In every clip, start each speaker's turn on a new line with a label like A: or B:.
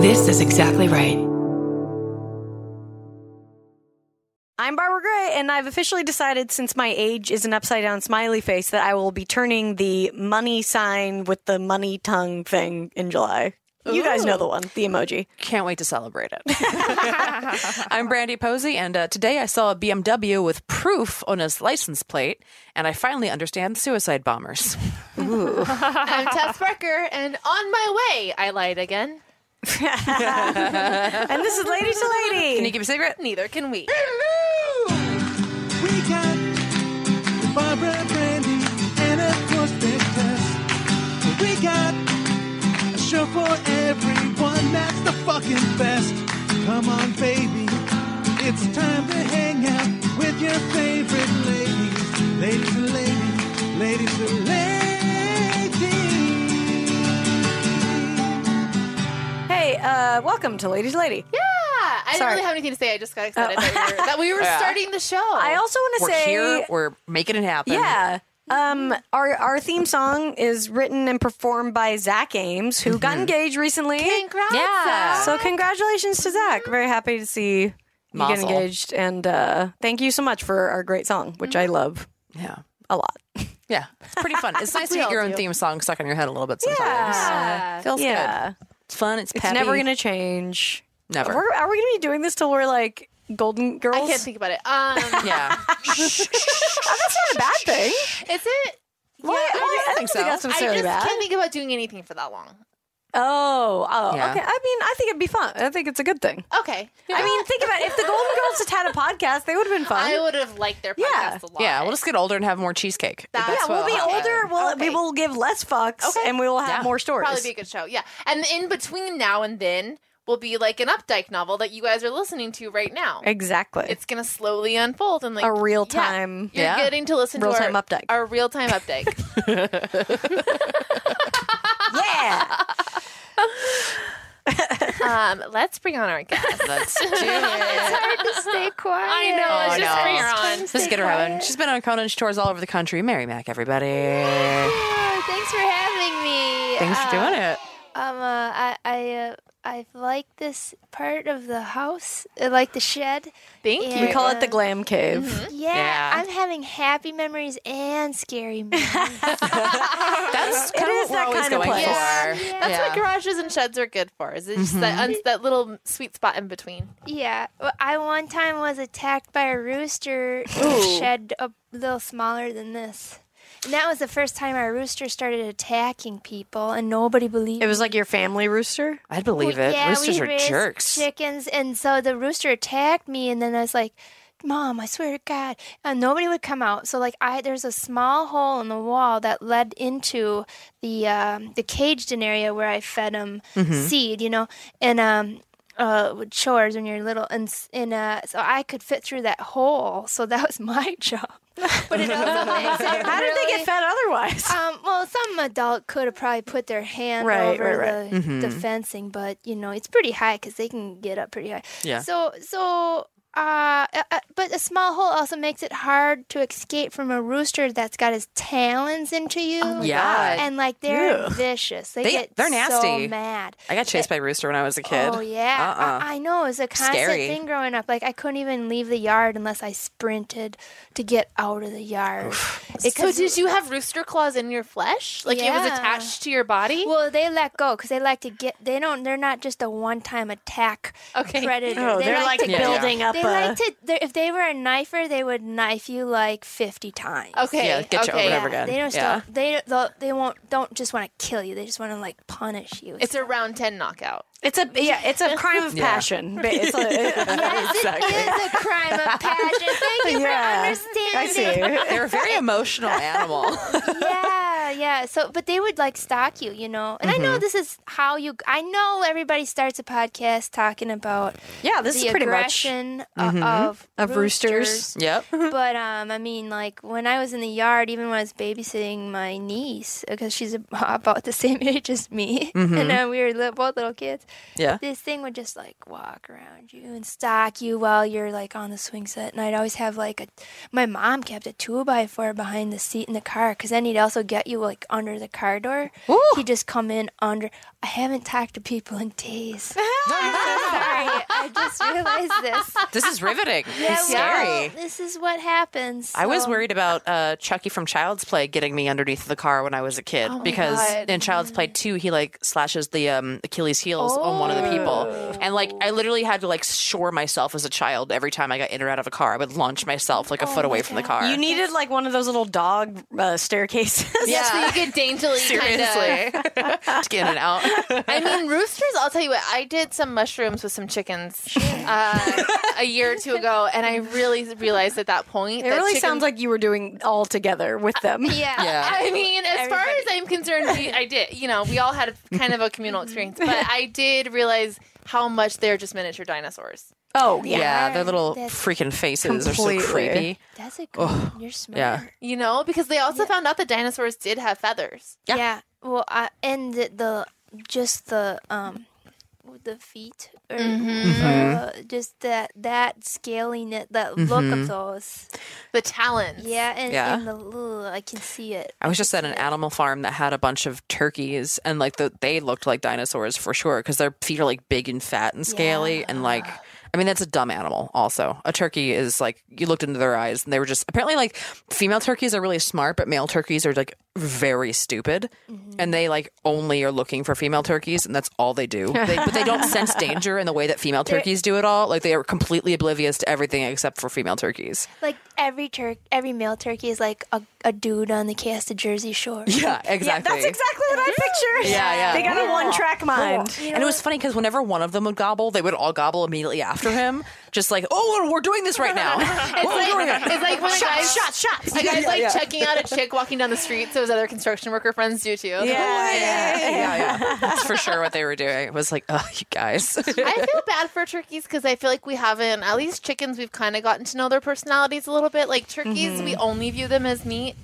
A: This is exactly right.
B: I'm Barbara Gray, and I've officially decided since my age is an upside down smiley face that I will be turning the money sign with the money tongue thing in July. You guys know the one, the emoji.
C: Can't wait to celebrate it. I'm Brandy Posey, and uh, today I saw a BMW with proof on his license plate, and I finally understand suicide bombers.
D: I'm Tess Barker, and on my way, I lied again.
B: And this is Lady to Lady.
C: Can you give me a cigarette?
D: Neither can we.
E: We got Barbara Brandy and of course Big Tess. We got a show for everyone that's the fucking best. Come on, baby. It's time to hang out with your favorite ladies. Ladies and ladies, ladies and ladies.
B: Hey, uh, welcome to Lady to Lady.
D: Yeah, Ah, I didn't
B: Sorry.
D: really have anything to say. I just got excited that we were, that we were starting the show.
B: I also want to
C: We're
B: say,
C: here. We're making it happen.
B: yeah, um, our our theme song is written and performed by Zach Ames, who got
C: Mm-hmm.
B: engaged recently.
D: Congrats,
C: Yeah.
D: Zach.
B: So congratulations to Zach. Very happy to see you get
C: Mazel.
B: engaged, and uh, thank you so much for our great song, which I love
C: Yeah.
B: a lot.
C: Yeah. It's pretty fun. It's nice to
D: We
C: get
D: all
C: your own
D: do.
C: theme song stuck in your head a little bit sometimes.
D: Yeah.
C: Feels good.
B: yeah,
C: It's fun. It's
B: it's
C: peppy.
B: never gonna change.
C: Never.
B: We're, are we gonna be doing this till we're like Golden Girls?
D: I can't think about it. Um,
C: yeah.
B: That's not a bad thing.
D: is it?
B: Why?
D: Yeah,
B: why-
C: I don't think so.
B: that's
D: I
B: necessarily
D: just
B: bad.
D: can't think about doing anything for that long.
B: Oh, oh,
C: Yeah.
B: okay. I mean, I think it'd be fun. I think it's a good thing.
D: Okay.
B: I mean, think about it. if the Golden Girls just had a podcast, they would have been fun.
D: I would have liked their podcast
B: Yeah.
D: a lot.
C: Yeah. We'll just get older and have more cheesecake.
D: That-
C: That's
B: yeah, we'll
C: what
B: be
C: I'll do.
B: older. We'll, We
D: Okay.
B: will give less fucks,
D: Okay.
B: and we will have
C: Yeah.
B: more stories.
D: Probably be a good show. Yeah. And in between now and then will be like an Updike novel that you guys are listening to right now.
B: exactly.
D: It's gonna slowly unfold and like
B: a real
D: yeah.
B: time.
D: You're
C: Yeah.
D: getting to listen to
B: Real-time
D: our,
B: Updike.
D: Our real time update.
B: Yeah.
D: um, let's bring on our guest.
C: Let's do it.
D: Stay quiet. I know.
C: Oh,
D: let's just
C: no.
D: bring her on.
C: Let's get her having. She's been on Conan. She tours all over the country. Mary Mac, everybody.
F: Thanks for having me.
C: Thanks for
F: Uh,
C: doing it.
F: Um, uh, I, I, uh, I like this part of the house. I like the shed.
D: Thank
F: Yeah.
D: you.
B: we call it the glam cave.
F: Yeah,
C: Yeah.
F: I'm having happy memories and scary memories.
C: That's kind
B: is
C: of what we're
B: that
C: always
B: kind of
C: going
B: place.
C: for.
D: Yeah. That's
C: Yeah. Mm-hmm.
D: what garages and sheds are good for. Is it's just that, uns- that little sweet spot in between.
F: yeah, Well, I one time was attacked by a rooster in a shed a little smaller than this. And that was the first time our rooster started attacking people, and nobody believed
B: It was like your family rooster.
C: I'd believe
F: Well,
C: it.
F: Yeah,
C: Roosters
F: we
C: are
F: raised
C: jerks.
F: Chickens, and so the rooster attacked me, and then I was like, "Mom, I swear to God!" And nobody would come out. So like, I there's a small hole in the wall that led into the um, the caged in area where I fed them
C: Mm-hmm.
F: seed, you know, and um. Uh, with chores when you're little, and s- and uh, so I could fit through that hole, so that was my job. But it also makes it
B: How did they
F: really-
B: get fed otherwise?
F: um, well, some adult could have probably put their hand
B: Right,
F: over
B: right, right.
F: The, the fencing, but you know it's pretty high because they can get up pretty high.
C: Yeah.
F: So, so, uh, uh, uh, but a small hole also makes it hard to escape from a rooster that's got his talons into you.
C: yeah.
F: and like they're
B: Ew.
F: vicious. They,
C: They-
F: get
C: they're nasty.
F: So mad.
C: I got chased by a rooster when I was a kid.
F: Oh yeah,
C: Uh-uh.
F: I, I know. It was a constant
C: Scary.
F: thing growing up. Like I couldn't even leave the yard unless I sprinted to get out of the yard.
D: So did you have rooster claws in your flesh? Like it was
F: Yeah.
D: attached to your body?
F: Well, they let go because they like to get. They don't. They're not just a one-time attack
D: Okay.
F: predator.
B: Oh, they're like,
F: to,
C: Yeah.
B: building up
F: They
B: a.
F: like to. they're- If they were a knifer, they would knife you like fifty times.
D: okay.
C: Yeah, get you
D: okay.
C: over and over again.
F: They don't.
C: Yeah.
F: Stop, they don't- they'll- they won't. Don't just want to kill you. They just want to like punish you.
D: It's a round ten knockout.
B: it's a yeah. It's a crime of passion. Ba- It's a,
F: yes, it is a crime of passion. Thank you
B: Yeah.
F: for understanding.
B: I see.
C: They're a very emotional animal.
F: yeah, yeah. So, but they would like stalk you, you know. And I know this is how you. I know everybody starts a podcast talking about
B: Yeah, this
F: the
B: is pretty much
F: aggression o- of
B: of roosters.
C: yep.
F: but um, I mean, like when I was in the yard, even when I was babysitting my niece, because she's ab- about the same age as me, and uh, we were li- both little kids.
C: Yeah.
F: This thing would just like walk around you and stalk you while you're like on the swing set. And I'd always have like a, my mom kept a two by four behind the seat in the car because then he'd also get you like under the car door.
C: Ooh.
F: He just come in under. I haven't talked to people in days. Sorry, I just realized this.
C: This is riveting. it's
F: well,
C: scary.
F: this is what happens.
C: I was
F: so-
C: worried about uh, Chucky from Child's Play getting me underneath the car when I was a kid because
D: God.
C: in Child's Play 2 he like slashes the um, Achilles heels on one of the people and like I literally had to like shore myself as a child every time I got in or out of a car I would launch myself like a foot away from the car.
B: You needed like one of those little dog uh, staircases.
D: Yeah, so you get daintily kind of.
C: seriously to get in and out.
D: I mean, roosters. I'll tell you what. I did some mushrooms with some chickens uh, a year or two ago, and I really realized at that point.
B: It really sounds like you were doing all together with them.
F: Yeah.
C: yeah.
D: I mean, as far as I'm concerned, we, I did. You know, we all had a, kind of a communal experience, but I did realize how much they're just miniature dinosaurs.
B: Oh,
C: yeah.
B: yeah.
C: their little
F: That's-
C: freaking faces are so
B: Completely.
C: creepy.
F: That's a good. one. You're smart.
C: yeah.
D: You know, because they also found out that dinosaurs did have feathers.
C: Yeah.
F: Yeah. Well, I, and the, the just the um the feet or uh, just that that scaling it that look of those.
D: The talons.
F: Yeah, and,
C: Yeah.
F: and the ugh, I can see it.
C: I was just at an animal farm that had a bunch of turkeys, and like the, they looked like dinosaurs for sure because their feet are like big and fat and scaly, and like I mean that's a dumb animal. Also, a turkey is like you looked into their eyes, and they were just apparently like female turkeys are really smart, but male turkeys are like very stupid, and they like only are looking for female turkeys, and that's all they do. They, but they don't sense danger in the way that female turkeys do at all. Like they are completely oblivious to everything except for female turkeys.
F: Like every turk, every male turkey is like a, a dude on the cast of Jersey Shore.
C: Yeah, exactly.
B: Yeah, that's exactly what I pictured.
C: Yeah, yeah.
B: They got a one track mind.
C: And it was funny because whenever one of them would gobble, they would all gobble immediately after him, just like, "Oh, we're doing this right now." "Oh,
D: It's
C: We're doing
D: like,
C: it.
D: it's like when a guy's,
B: Oh, Shots, shots.
D: a guy's like checking out a chick walking down the street, so his other construction worker friends do too.
B: Yeah.
C: yeah, yeah. That's for sure what they were doing. It was like, "Oh, you guys."
D: I feel bad for turkeys because I feel like we haven't, at least chickens, we've kind of gotten to know their personalities a little bit. Like turkeys, we only view them as meat.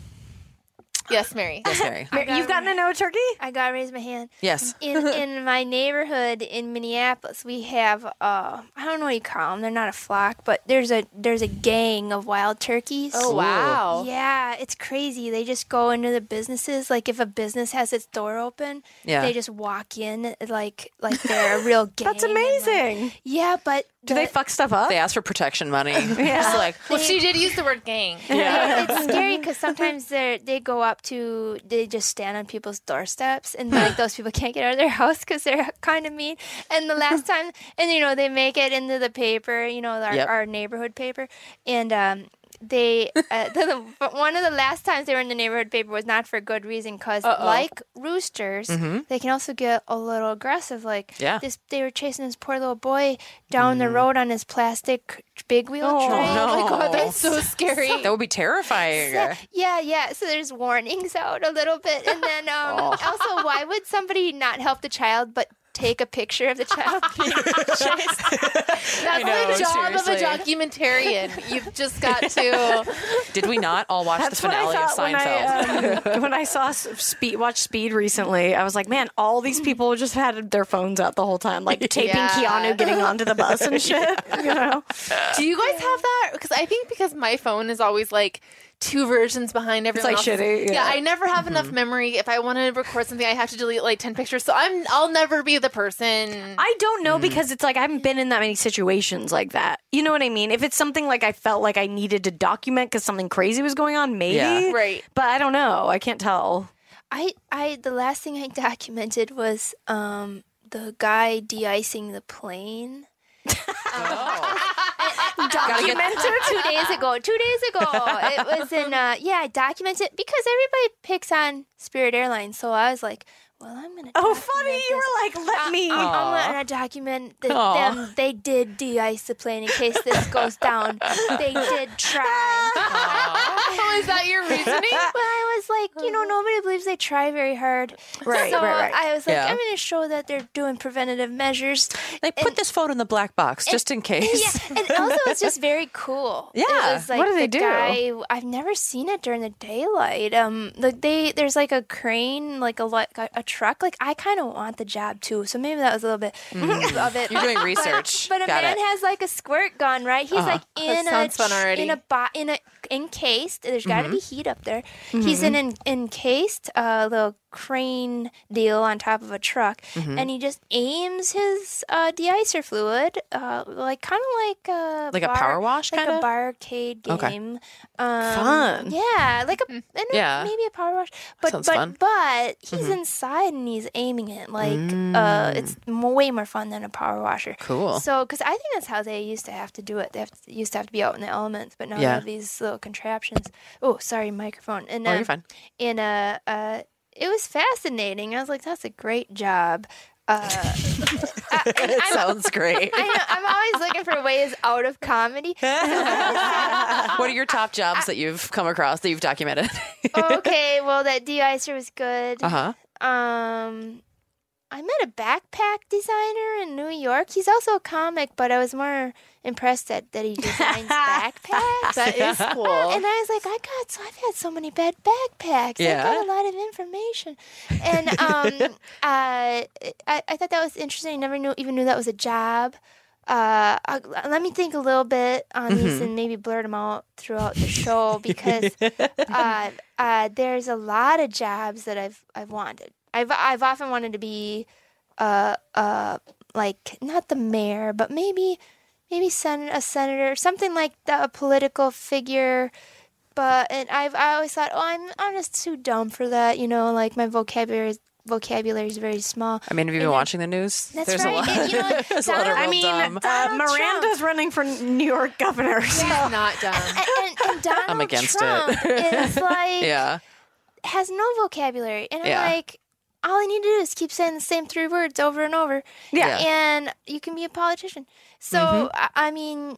D: Yes, Mary.
C: Sorry.
B: You've gotten to know a turkey?
F: I gotta raise my hand.
C: Yes.
F: in in my neighborhood in Minneapolis, we have uh, I don't know what you call them. They're not a flock, but there's a there's a gang of wild turkeys.
D: Oh, wow.
F: Yeah, it's crazy. They just go into the businesses. Like if a business has its door open,
C: Yeah.
F: they just walk in like like they're a real gang.
B: That's
F: and, like-
B: amazing.
F: yeah, but
B: Do they fuck stuff up?
C: They asked for protection money. Yeah. Just like,
D: Well, she did use the word gang.
F: it's scary because sometimes they they go up to they just stand on people's doorsteps and like those people can't get out of their house because they're kind of mean. And the last time, and you know they make it into the paper, you know our,
C: Yep.
F: our neighborhood paper, and um, they uh, the, the, one of the last times they were in the neighborhood paper was not for good reason because like roosters, they can also get a little aggressive. Like
C: Mm-hmm. Yeah. Mm.
F: this, they were chasing this poor little boy down the road on his plastic big wheel train.
D: Oh my
C: No.
D: god, that's so scary.
C: that would be terrifying.
F: Yeah, yeah, yeah. So there's warnings out a little bit, and then um, also, why would somebody not help the child but take a picture of the child?
D: That's
C: know,
D: the job
C: seriously.
D: of a documentarian. You've just got to.
C: Did we not all watch the
B: That's what I
C: finale of
B: thought when
C: Seinfeld?
B: I, um, when I saw S- Speed, watch Speed recently, I was like, man, all these people just had their phones out the whole time, like taping
D: Yeah.
B: Keanu getting onto the bus and shit. You know,
D: Do you guys have that? Because I think because my phone is always like two versions behind everyone.
B: like,
D: else's.
B: shitty, yeah.
D: I never have enough memory. If I want to record something, I have to delete like ten pictures. So I'm, I'll never be the person.
B: I don't know because it's like I haven't been in that many situations like that. You know what I mean? If it's something like I felt like I needed to document because something crazy was going on, maybe.
C: Yeah.
D: Right.
B: But I don't know. I can't tell.
F: I, I, the last thing I documented was um, the guy de-icing the plane.
C: get-
F: Documented two days ago. Two days ago, it was in. Uh, yeah, I documented because everybody picks on Spirit Airlines, so I was like, "Well, I'm gonna."
B: Oh,
F: document
B: funny! You
F: this.
B: were like, let me.
F: I'm gonna document that
C: Aw.
F: them. They did de-ice the plane in case this goes down. they did try.
D: Oh, is that your reasoning?
F: But I was like, you know, nobody believes they try very hard.
B: Uh-huh. Right,
F: so
B: right, right.
F: I was like,
C: Yeah.
F: I'm gonna show that they're doing preventative measures.
C: They put this phone in the black box just in case.
F: Yeah, and also it's just very cool.
C: Yeah.
F: it was like
B: What do
F: the
B: they do?
F: Guy, I've never seen it during the daylight. Um, like they there's like a crane, like a like a, a truck. Like I kind of want the job too, so maybe that was a little bit of it.
C: You're doing research.
F: But a
C: Got
F: man
C: it. Uh-huh.
F: has like a squirt gun, right? He's like in
D: sounds
F: a
D: fun
F: ch-
D: already.
C: Mm-hmm.
F: in a bo- in a encased. There's got to be heat up there. He's in en- encased a little crane deal on top of a truck,
C: Mm-hmm.
F: and he just aims his uh, de-icer fluid, uh, like kind of like a
C: Like a power wash
F: like
C: kinda?
F: a barcade game.
C: Okay.
F: Um,
B: Fun.
F: yeah, like a and a-
C: Yeah.
F: maybe a power wash, but
C: sounds
F: but
C: fun. Mm-hmm.
F: but he's inside and he's aiming it like uh, it's m- way more fun than a power washer.
C: Mm. Cool.
F: So, because I think that's how they used to have to do it. They have to, used to have to be out in the elements, but now they
C: Yeah.
F: have these little contraptions. Oh, sorry, microphone. And
C: Oh, you're
F: um,
C: fine.
F: And uh, uh, it was fascinating. I was like, that's a great job. Uh, I, and
C: It
F: I'm-
C: sounds great.
F: I know, I'm always looking for ways out of comedy.
C: what are your top jobs that you've come across that you've documented?
F: "Oh, okay, well, that de-icer was good.
C: uh huh.
F: Um, I met a backpack designer in New York. He's also a comic, but I was more impressed that, that he designs backpacks.
D: That is cool.
F: And I was like, I got so I've had so many bad backpacks.
C: Yeah.
F: I got a lot of information, and um, uh, I I thought that was interesting. I never knew even knew that was a job. Uh, I, let me think a little bit on these and maybe blurt them out throughout the show because uh, uh, there's a lot of jobs that I've I've wanted. I've I've often wanted to be uh uh like not the mayor, but maybe maybe sen- a senator, something like that, a political figure. But and I've I always thought, oh, I'm I'm just too dumb for that, you know. Like my vocabulary is, vocabulary is very small.
C: I mean, have you been watching the news?
F: That's
C: There's
F: right.
C: a lot.
F: And, you know, like,
C: there's a lot of
F: Donald-
C: real
B: I mean,
C: dumb.
B: uh,
F: Donald
B: Miranda's running for New York governor. so-
D: She's not dumb.
F: And, and, and Donald
C: against
F: Trump
C: it.
F: is like
C: Yeah.
F: has no vocabulary, and
C: Yeah.
F: I'm like, all I need to do is keep saying the same three words over and over.
C: Yeah. Mm-hmm.
F: and you can be a politician. So I, I mean,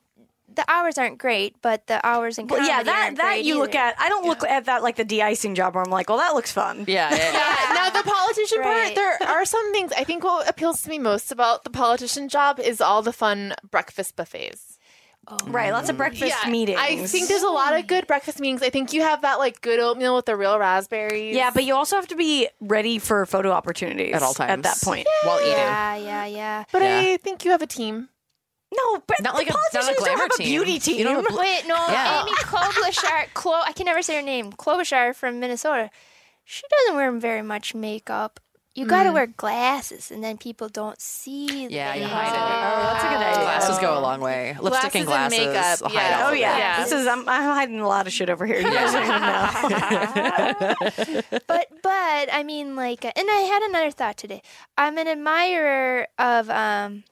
F: the hours aren't great, but the hours in
B: Well,
F: comedy
B: yeah, that
F: aren't
B: that
F: great
B: you look
F: either.
B: at. I don't look at that like the de-icing job where I'm like, well, that looks fun.
C: Yeah. yeah, yeah.
D: Yeah, now the politician
F: Right.
D: part, there are some things. I think what appeals to me most about the politician job is all the fun breakfast buffets.
B: Right, lots of
C: Mm-hmm.
B: breakfast meetings.
D: I think there's a lot of good breakfast meetings. I think you have that like good oatmeal with the real raspberries.
B: yeah, but you also have to be ready for photo opportunities
C: At all times.
B: At that point,
C: While eating.
F: Yeah, yeah, yeah.
D: but
C: Yeah.
D: I think you have a team.
B: no, but
C: Not
B: the
C: like a, not
B: politicians
C: a
B: don't
C: glamour
B: have
C: team.
B: a beauty team.
C: You don't have a bl-
F: Wait, no,
C: Yeah.
F: Amy Klobuchar. Klo, I can never say her name. Klobuchar from Minnesota. She doesn't wear very much makeup. You got
B: Mm.
F: to wear glasses, and then people don't see. the
C: Yeah, you
F: makeup.
C: hide it.
B: Oh, that's a good idea.
C: Glasses go a long way. Lipstick and
D: Glasses
C: glasses.
D: and makeup,
C: hide
D: yeah.
C: all
B: Oh
C: of it.
B: yeah.
D: Yeah.
B: this is I'm, I'm hiding a lot of shit over here. You guys don't even know.
F: but but I mean like uh, and I had another thought today. I'm an admirer of um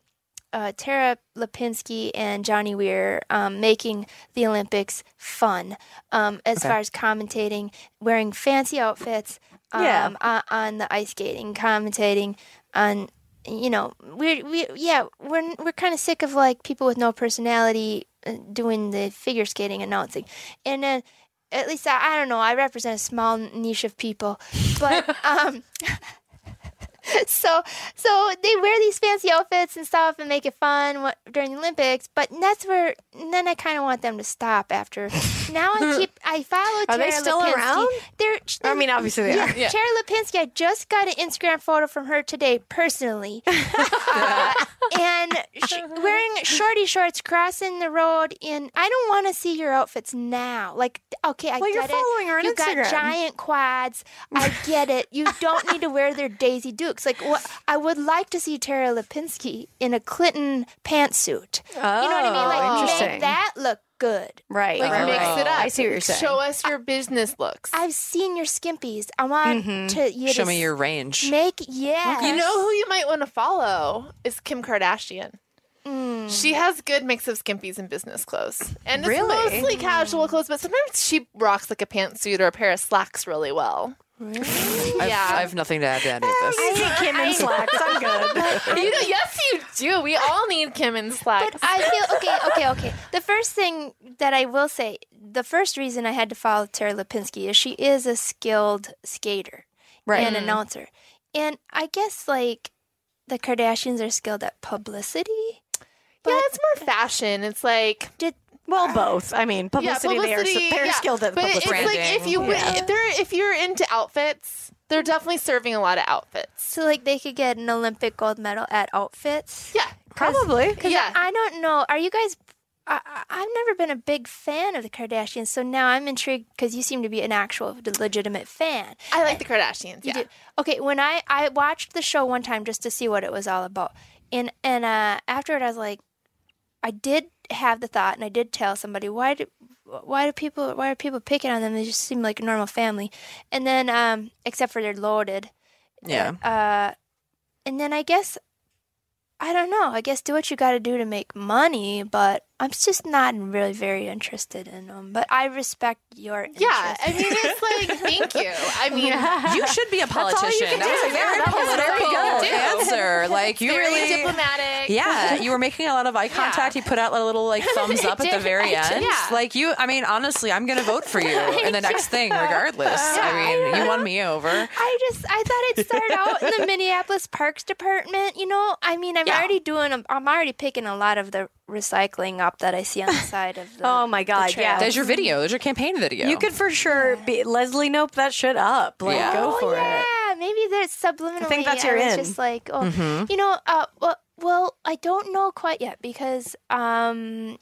F: uh, Tara Lipinski and Johnny Weir um, making the Olympics fun um, as far as commentating, wearing fancy outfits um,
B: Yeah.
F: on, on the ice skating, commentating on, you know, we're, we, yeah, we're, we're kind of sick of like people with no personality uh, doing the figure skating announcing. And then, at least I, I don't know, I represent a small niche of people, but, um, so so they wear these fancy outfits and stuff and make it fun wha- during the Olympics. But that's where and then I kind of want them to stop after. now I keep I follow.
B: Are
F: Tara
B: they still
F: Lipinski.
B: around?
F: They're,
B: I mean, obviously they
F: yeah,
B: are.
C: Yeah.
F: Tara Lipinski. I just got an Instagram photo from her today personally, Uh, and sh- wearing shorty shorts crossing the road. And I don't want to see your outfits now. Like okay, I
B: Well,
F: get
B: you're
F: it.
B: following her on
F: you
B: Instagram.
F: got giant quads. I get it. You don't need to wear their Daisy Dukes. Like, wha I would like to see Tara Lipinski in a Clinton pantsuit. you know what I mean? Like,
B: Oh, interesting.
F: make that look good.
B: Right,
D: Like
B: right,
D: mix
B: right.
D: it up.
B: I see what you're saying.
D: Show us your business looks.
F: I've seen your skimpies. I want
B: Mm-hmm.
F: to you
C: Show
F: to
C: me your range.
F: make. Yeah,
D: You know who you might want to follow is Kim Kardashian. She has good mix of skimpies and business clothes, and it's
B: Really?
D: mostly casual clothes. But sometimes she rocks like a pantsuit or a pair of slacks really well.
C: I've,
D: yeah.
C: I have nothing to add to any of this.
B: I see Kim in slacks. I'm good.
D: you know, yes, you do. We all need Kim in slacks.
F: But I feel okay, okay, okay. The first thing that I will say, the first reason I had to follow Tara Lipinski is she is a skilled skater
B: Right.
F: and announcer, and I guess like the Kardashians are skilled at publicity.
D: yeah, it's more fashion. It's like
F: Did
B: Well, both. I mean, publicity. they are,
D: publicity,
B: they're
D: yeah.
B: skilled at
D: but it-
B: publicity.
D: It's like if
C: Branding.
D: you if they're if you're into outfits, they're definitely serving a lot of outfits.
F: so like they could get an Olympic gold medal at outfits?
D: Yeah,
B: Probably.
F: Cause
D: yeah.
F: I don't know. Are you guys I, I- I've never been a big fan of the Kardashians, so now I'm intrigued because you seem to be an actual legitimate fan.
D: I like the Kardashians.
F: You
D: yeah.
F: do. Okay, when I I watched the show one time just to see what it was all about, and and uh, afterward I was like, I did have the thought, and I did tell somebody why do why do people why are people picking on them? They just seem like a normal family, and then um except for they're loaded,
C: Yeah.
F: uh, and then I guess I don't know. I guess do what you got to do to make money, but I'm just not really very interested in them. But I respect your interest.
D: Yeah, I mean, it's like, thank you. I mean,
C: You should be a politician.
B: can
C: That
B: do.
C: was a
B: Yeah, that was
C: very political
B: very good.
C: answer. Like you
D: very
C: really
D: diplomatic.
C: Yeah, you were making a lot of eye contact. You put out a little like thumbs up at the
F: did,
C: very
F: I
C: end.
D: did. Yeah.
C: Like you, I mean, honestly, I'm gonna vote for you in the next thing, regardless. I mean, you won me over.
F: I just I thought it started out in the Minneapolis Parks Department. You know, I mean, I'm
C: Yeah.
F: already doing. A, I'm already picking a lot of the recycling up that I see on the side of the.
B: Oh my God,
F: trail.
B: yeah.
C: There's your video. There's your campaign video.
B: You could for sure be Leslie Nope that shit up. Like,
C: Yeah.
B: go
F: Oh,
B: for
F: yeah,
B: it.
F: maybe there's subliminally.
B: I think that's your
F: I was
B: in. Mm-hmm.
F: just like, oh, you know, uh, well, well, I don't know quite yet because um,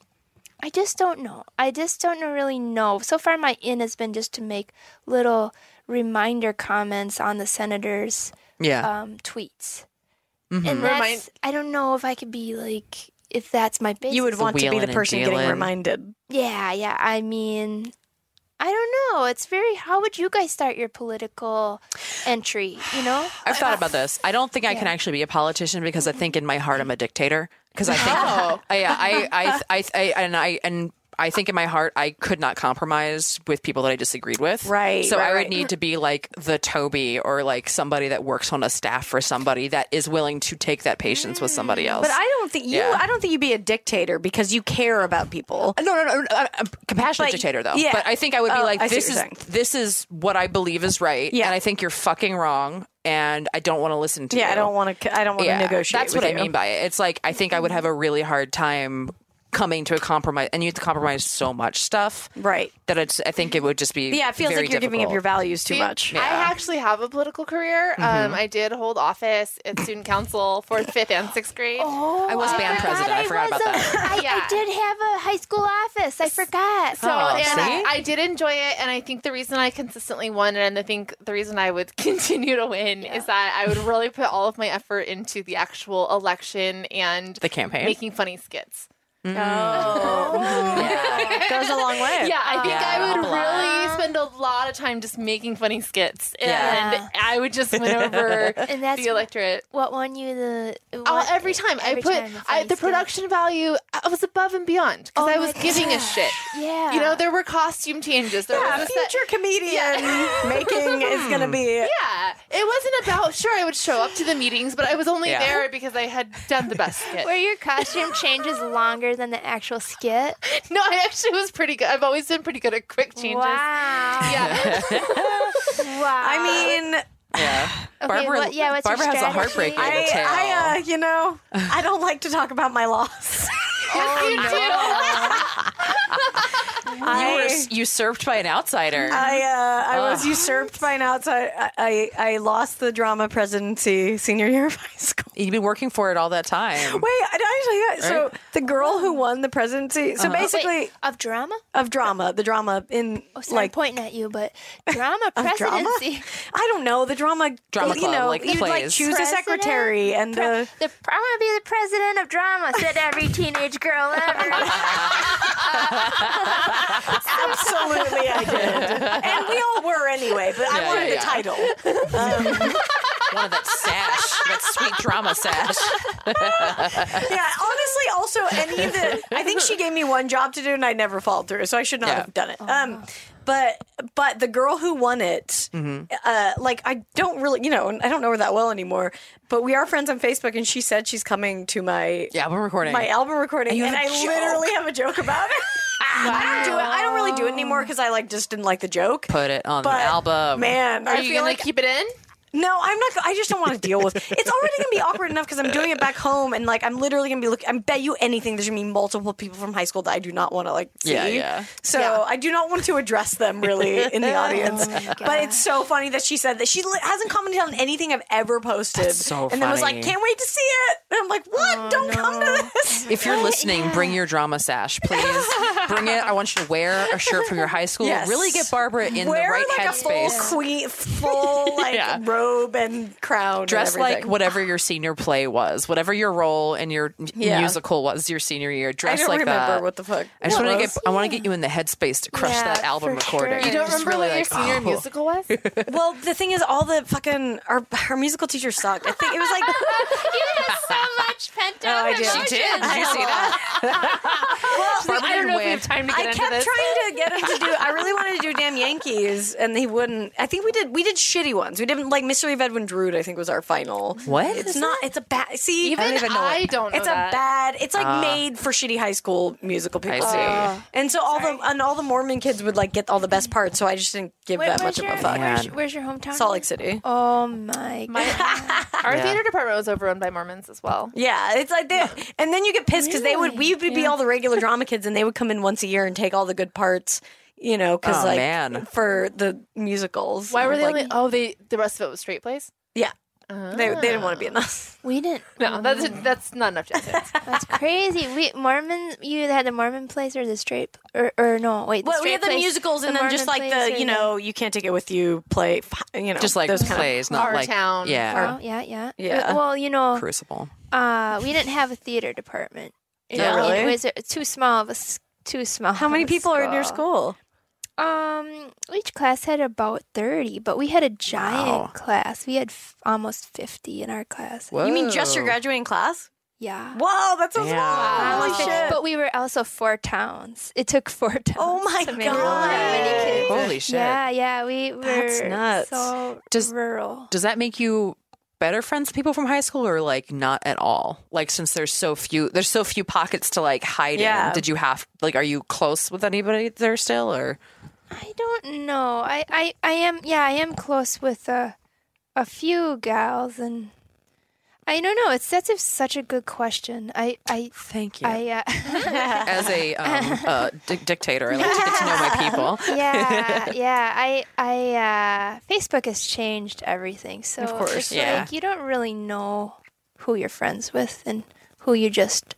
F: I just don't know. I just don't really know. So far, my in has been just to make little reminder comments on the senators'
C: yeah. Mm-hmm.
F: um, tweets, and that's
D: Remind-
F: I don't know if I could be like if that's my business.
B: You would
C: the
B: want to be
C: wheeling
B: the
C: and
B: person getting
C: dealing.
B: reminded.
F: Yeah, yeah. I mean, I don't know. It's very. How would you guys start your political entry? You know,
C: I've thought about this. I don't think I can actually be a politician because I think in my heart I'm a dictator. Because I think, I, yeah, I, I, I, I, and I, and I think in my heart I could not compromise with people that I disagreed with.
B: Right,
C: So
B: right,
C: I would
B: right.
C: need to be like the Toby or like somebody that works on a staff for somebody that is willing to take that patience with somebody else.
B: Mm, But I don't think you.
C: Yeah.
B: I don't think you'd be a dictator because you care about people.
C: No, no, no, no. I- I'm a compassionate
B: But-
C: dictator though.
B: yeah.
C: But I think I would be
B: Oh,
C: like,
B: I see
C: this
B: what
C: is
B: you're saying.
C: this is what I believe is right,
B: Yeah.
C: and I think you're fucking wrong, and I don't want to listen to you.
B: Yeah, I don't want to. I don't want to negotiate.
C: That's
B: with
C: what
B: you.
C: I mean by it. It's like I think I would have a really hard time coming to a compromise, and you have to compromise so much stuff,
B: Right.
C: That it's. I think it would just be.
B: Yeah, it feels
C: very
B: like you're giving up your
C: difficult.
B: values too
D: See,
B: much.
D: I actually have a political career.
C: Mm-hmm.
D: Um, I did hold office at student council for fifth and sixth grade.
F: Oh,
C: I was band
F: forgot
C: president. I forgot
F: was
C: about
F: a- I,
D: Yeah.
F: I did have a high school office. I forgot.
D: So
C: Oh,
D: and I,
C: see?
D: I did enjoy it, and I think the reason I consistently won, and I think the reason I would continue to win is that I would really put all of my effort into the actual election and
C: The campaign?
D: making funny skits.
B: Goes a long way.
D: Yeah, I think
C: Yeah,
D: I would
C: a lot.
D: really spend a lot of time just making funny skits, and
C: Yeah.
D: I would just win over
F: And that's
D: the electorate.
F: what won you the.
D: Oh,
F: what-
D: every time I
F: every
D: put
F: time
D: I,
F: funny
D: the
F: stuff.
D: production value, I was above and beyond because
F: Oh
D: I
F: my
D: was giving a
F: gosh.
D: shit.
F: Yeah.
D: You know, there were costume changes. There
B: Yeah,
D: was a set-
B: future comedian making is gonna be.
D: Yeah, it wasn't about. Sure, I would show up to the meetings, but I was only
C: Yeah.
D: there because I had done the best skit.
F: Were your costume changes longer than the actual skit?
D: No, I actually was pretty good. I've always been pretty good at quick changes.
F: Wow.
D: Yeah,
F: Wow.
B: I mean,
C: Yeah. Barbara.
F: what- yeah, what's your
C: Barbara has a
F: strategy?
C: heartbreaking
B: I,
C: tale.
B: I uh, you know, I don't like to talk about my loss.
D: Oh,
C: you were
B: I,
C: s- usurped by an outsider.
B: I, uh, I was usurped by an outside. I, I, I lost the drama presidency senior year of high school.
C: You've been working for it all that time.
B: Wait, I actually yeah.
C: Right.
B: So the girl who won the presidency. So basically,
F: Uh-huh. Wait, of drama?
B: of drama, the drama in
F: Oh, sorry,
B: like
F: I'm pointing at you, but drama
B: of drama.
F: presidency.
B: I don't know the drama.
C: Drama
B: you
C: club,
B: know,
C: like the
B: you'd like
C: plays.
B: choose a
F: President?
B: secretary and the.
F: The, I want to be the president of drama, said every teenage girl ever.
B: Absolutely, I did. And we all were anyway, but I
C: Yeah,
B: wanted
C: yeah, yeah.
B: the title.
C: One of that sash, that sweet drama sash.
B: Yeah, honestly, also any of the. I think she gave me one job to do, and I never followed through, so I should not
C: Yeah.
B: have done it. Um, but but the girl who won it,
C: Mm-hmm.
B: uh, like I don't really, you know, I don't know her that well anymore. But we are friends on Facebook, and she said she's coming to my
C: Yeah, we're recording.
B: my album recording,
C: you
B: and I
C: have a joke.
B: literally have a joke about it. I don't do it. I don't really do it anymore because I like just didn't like the joke.
C: Put it on
B: But,
C: the album.
B: man,
D: Are
B: I
D: you
B: feel
D: gonna
B: like
D: keep it in?
B: No, I'm not. go- I just don't want to deal with. It's already gonna be awkward enough because I'm doing it back home, and like I'm literally gonna be looking. I bet you anything, there's gonna be multiple people from high school that I do not want to like see.
C: Yeah, yeah.
B: So
D: Yeah.
B: I do not want to address them really in the audience.
F: my
B: but it's so funny that she said that she li- hasn't commented on anything I've ever posted.
C: That's so
B: and then was like,
C: funny.
B: "Can't wait to see it." And I'm like, "What? don't come to this."
C: If you're listening, bring your drama sash, please. bring it. I want you to wear a shirt from your high school.
B: Yes.
C: Really get Barbara in
B: Wear
C: the right
B: like a
C: headspace.
B: full queen, full like
C: Yeah.
B: robe and crown.
C: Dress
B: and
C: like
B: everything.
C: whatever your senior play was, whatever your role in your m-
B: Yeah.
C: musical was your senior year.
B: I
C: Dress
B: don't
C: like
B: remember
C: that.
B: what the fuck.
C: I just
B: it
C: want to
B: was.
C: get. I want to get you in the headspace to crush
F: Yeah,
C: that album
F: for
C: recording.
F: sure. You
D: don't
C: Just
D: remember
C: really
D: what your
C: like,
D: senior
C: oh.
D: musical was?
B: Well, the thing is, all the fucking our our musical teacher sucked. I think it was like
F: You have so much pent
B: I
F: up
B: did. She
F: emotion.
C: Did, did you see that?
F: I don't know if we have time to
B: I
F: get
B: kept
F: into
B: trying
F: this.
B: to get him to do. I really wanted to do Damn Yankees, and he wouldn't. I think we did. We did shitty ones. We didn't like Mystery of Edwin Drood. I think was our final.
C: What?
B: It's not. It's a bad. See,
D: Even I don't even know I it. don't know
B: It's
D: that.
B: a bad. It's like made for shitty high school musical people.
C: see. Uh,
B: and so all the and all the Mormon kids would like get all the best parts. So I just didn't give
F: Wait,
B: that much
F: where's,
B: of
F: your,
B: a fuck.
F: where's,
C: Man.
F: where's your hometown?
B: Salt Lake City.
F: Oh my god.
D: Our
C: Yeah.
D: theater department was overrun by Mormons as well.
B: Yeah, it's like they, and then you get pissed because they would we would be all the regular drama kids, and they would come in once a year and take all the good parts, you know, because
C: Oh,
B: like
C: man.
B: for the musicals.
D: Why were they
B: like,
D: only? Oh, they the rest of it was straight plays.
B: Yeah, they, they didn't want to be in us.
F: we didn't.
D: No, that's that's not enough. Justice.
F: That's crazy. We Mormon. You had the Mormon place or the straight or, or no? Wait. The
B: Well, we
F: straight
B: had the
F: place,
B: musicals, and
F: the
B: then just like
F: Mormon place
B: the
F: or
B: you know you can't take it with you play, you know,
C: Just like
B: those kind
C: plays, not
D: Our
C: like
D: town.
C: yeah,
F: Oh, yeah, yeah,
B: Yeah.
F: Well, you know,
C: Crucible.
F: uh, we didn't have a theater department. You
C: Yeah.
F: know,
B: Really?
F: It was uh, too small of a s- too small.
B: How many
F: of a
B: people are in your school?
F: Um, each class had about thirty, but we had a giant
C: Wow.
F: class. We had f- almost fifty in our class.
B: You mean just your graduating class?
F: Yeah.
B: Whoa, that's so small.
C: Damn.
B: Holy
F: Wow.
B: shit!
F: But we were also four towns. It took four towns.
B: oh my
F: to
B: god!
F: make that many kids.
C: Holy shit.
F: Yeah, yeah, we were
B: That's nuts.
F: so
C: Does-
F: rural.
C: Does that make you better friends with people from high school or like not at all? Like since there's so few there's so few pockets to like hide
B: Yeah.
C: in. Did you have like are you close with anybody there still or
F: I don't know. I, I, I am yeah, I am close with a a few gals and I don't know. It's that's a, such a good question. I I
C: thank you.
F: I uh,
C: As a um, uh, di- dictator, I like to get to know my people.
F: yeah, yeah. I I uh Facebook has changed everything. So
B: Of course,
F: it's
C: yeah.
F: like you don't really know who you're friends with and who you just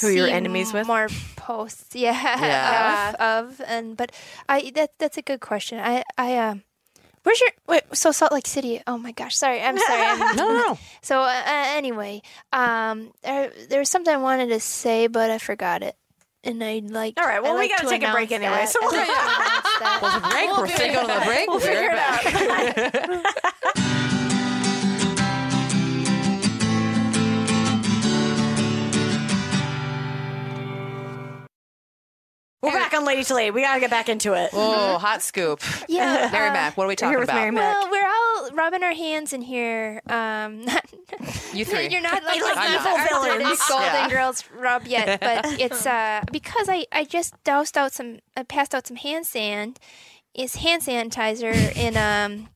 B: Who you're
F: see
B: enemies
F: m-
B: with?
F: More posts, yeah,
C: Yeah.
F: Of, of and but I that that's a good question. I I um where's your wait, so Salt Lake City? Oh my gosh, sorry, I'm sorry. I'm,
C: No, no, no.
F: so uh, anyway, um, there, there was something I wanted to say, but I forgot it. And I like.
B: All right, well,
F: I
B: we
F: like
B: gotta
F: to
B: take a break
F: announce
B: anyway,
F: that.
B: so
F: I
B: we'll-
F: like to announce that.
C: Break. We're thinking of the break. We'll figure it out.
B: We're back on Lady to Lady. We gotta get back into it.
C: Oh, hot scoop.
F: Yeah,
C: Mary
F: uh,
C: Mac, what are we
B: We're
C: talking
B: here with
C: about?
B: Mary Mac.
F: Well, we're all rubbing our hands in here. Um,
C: You three.
F: You're not like,
B: Like
F: not
C: evil
F: our
B: villains.
F: dirty Golden
C: Yeah.
F: Girls rub yet, but it's uh, because I, I just doused out some, I passed out some hand sand, is hand sanitizer, and um,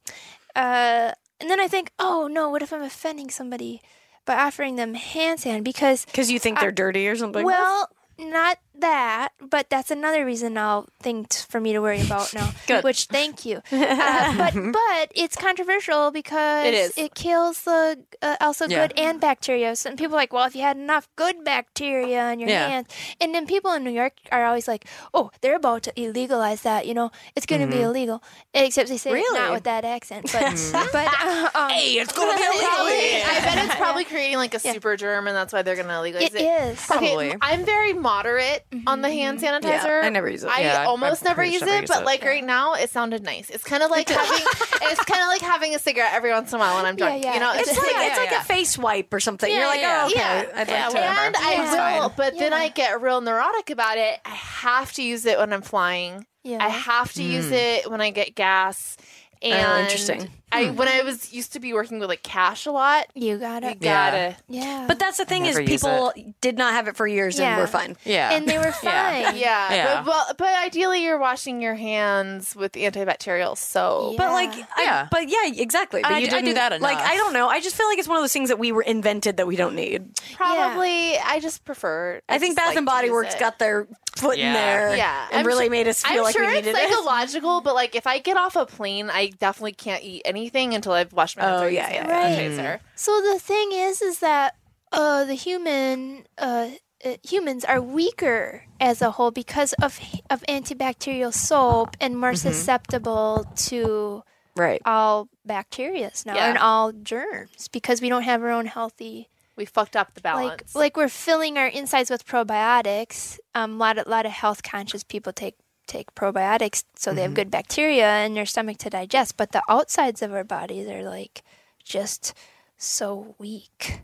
F: uh, and then I think, oh no, what if I'm offending somebody by offering them hand sand? Because
B: Because you think they're dirty or something?
F: well, not that, but that's another reason now thing t- for me to worry about now.
B: Good.
F: Which thank you. Uh, but but it's controversial because
D: It is.
F: kills the uh, also
C: Yeah.
F: good and bacteria. Some people are like, well, if you had enough good bacteria on your
C: Yeah.
F: hands, and then people in New York are always like, oh, they're about to illegalize that. You know, it's going to be illegal. Except they say it
B: Really?
F: not with that accent, but but uh, um,
B: it's gonna be
D: I bet it's probably creating like a super germ, and that's why they're gonna legalize
F: it
D: it.
F: is.
D: Okay,
C: Probably.
D: m- I'm very moderate on the hand sanitizer.
B: I never use it.
D: I
C: Yeah, I-
D: almost
C: I
D: never
C: pretty
D: use
C: sure I
D: it,
C: use
D: but
C: it.
D: like right now, it sounded nice. It's kind of like having it's kind of like having a cigarette every once in a while when I'm
F: Yeah,
D: drunk.
F: yeah.
D: You know,
B: It's like
D: yeah,
B: it's like
D: yeah.
B: a face wipe or something.
C: Yeah,
B: You're like,
C: yeah,
B: oh, okay,
D: yeah.
B: I'd
C: Yeah,
B: like to.
C: whatever.
D: And I
F: It's
D: will,
C: fine.
D: but then
F: Yeah.
D: I get real neurotic about it. I have to use it when I'm flying.
F: Yeah.
D: I have to use it when I get gas. And
B: interesting.
D: I when I was used to be working with like cash a lot,
F: You got
D: you
F: it.
C: Yeah.
D: gotta
F: Yeah.
B: But that's the thing is
C: never use
B: people did not have it for years
F: Yeah.
B: and we're fine.
C: Yeah.
F: and they were
C: Yeah.
F: fine.
D: Yeah.
C: Yeah.
D: But, well, but ideally, you're washing your hands with antibacterial soap.
F: Yeah.
B: But like,
C: Yeah.
B: I, but yeah, exactly. But
C: I
B: you
C: d- I do
B: didn't-
C: that
B: Like,
C: enough.
B: I don't know. I just feel like it's one of those things that we were invented that we don't need.
D: Probably, I just prefer.
B: I, think
D: just
B: Bath
D: like
B: and
D: to
B: Body
D: use
B: Works
D: it.
B: got their foot
C: Yeah.
B: in there.
D: Yeah.
B: and
D: I'm
B: really
D: su-
B: made us feel
D: I'm
B: like
D: sure
B: we
D: it's
B: needed it.
D: psychological, but like if I get off a plane, I definitely can't eat anything until I've washed my hands.
B: Oh,
D: or used
B: yeah,
D: hand
F: yeah. Right.
D: sanitizer.
C: Mm-hmm.
F: So the thing is, is that uh, the human uh, uh, humans are weaker as a whole because of of antibacterial soap and more
C: Mm-hmm.
F: susceptible to
B: right.
F: all bacteria now
D: Yeah.
F: and all germs because we don't have our own healthy.
D: We fucked up the
F: Like
D: balance.
F: like we're filling our insides with probiotics. Um, lot a lot of health conscious people take take probiotics so they have good bacteria in their stomach to digest, but the outsides of our bodies are like just so weak.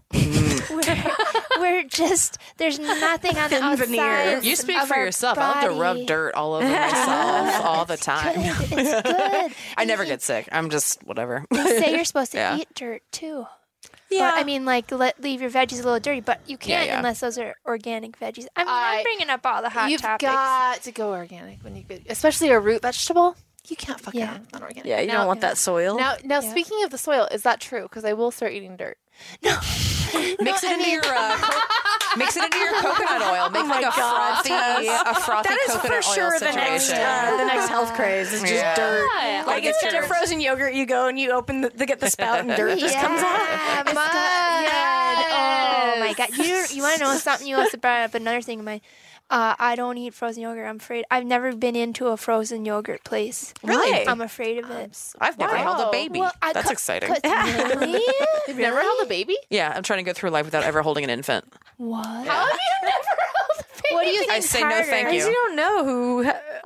F: we're, we're just there's nothing on the
B: Thin veneer.
F: outside.
C: You speak for yourself. I love to rub dirt all over myself all the time.
F: Good. It's good.
C: I never get sick. I'm just whatever.
F: They say you're supposed to
C: Yeah.
F: eat dirt too.
B: Yeah.
F: Well, I mean, like, let, leave your veggies a little dirty, but you can't
C: yeah.
F: unless those are organic veggies. I mean,
D: I-
F: I'm bringing up all the hot
D: You've
F: topics.
D: got to go organic when you get, especially a root vegetable. You can't fuck
F: Yeah.
D: yeah. on organic.
B: yeah, you
D: Now-
B: don't want that soil.
D: Now, now
F: Yeah.
D: speaking of the soil, is that true? Because I will start eating dirt.
C: Mix it into your uh, co- mix it into your coconut oil. Make like a frothy, a frothy
B: that is for
C: coconut oil
B: sure the next,
C: situation.
B: uh, the next health craze is just
C: Yeah.
B: dirt.
D: Yeah.
B: Like it's just a frozen yogurt. You go and you open the, to get the spout and dirt just
F: yeah,
B: comes out.
F: mine. Oh my god! You you want to know something? You also brought up another thing of mine. Uh, I don't eat frozen yogurt. I'm afraid. I've never been into a frozen yogurt place.
B: Really?
F: I'm afraid of it.
C: I've never
D: Wow.
C: held a baby.
F: Well, I
C: That's
F: cou-
C: exciting.
F: could- really?
D: You've never held a baby?
C: yeah, I'm trying to go through life without ever holding an infant.
F: What?
D: How have you never held a baby?
F: What do you think?
C: I say no
F: harder?
C: thank
B: I
C: you.
B: just don't know who.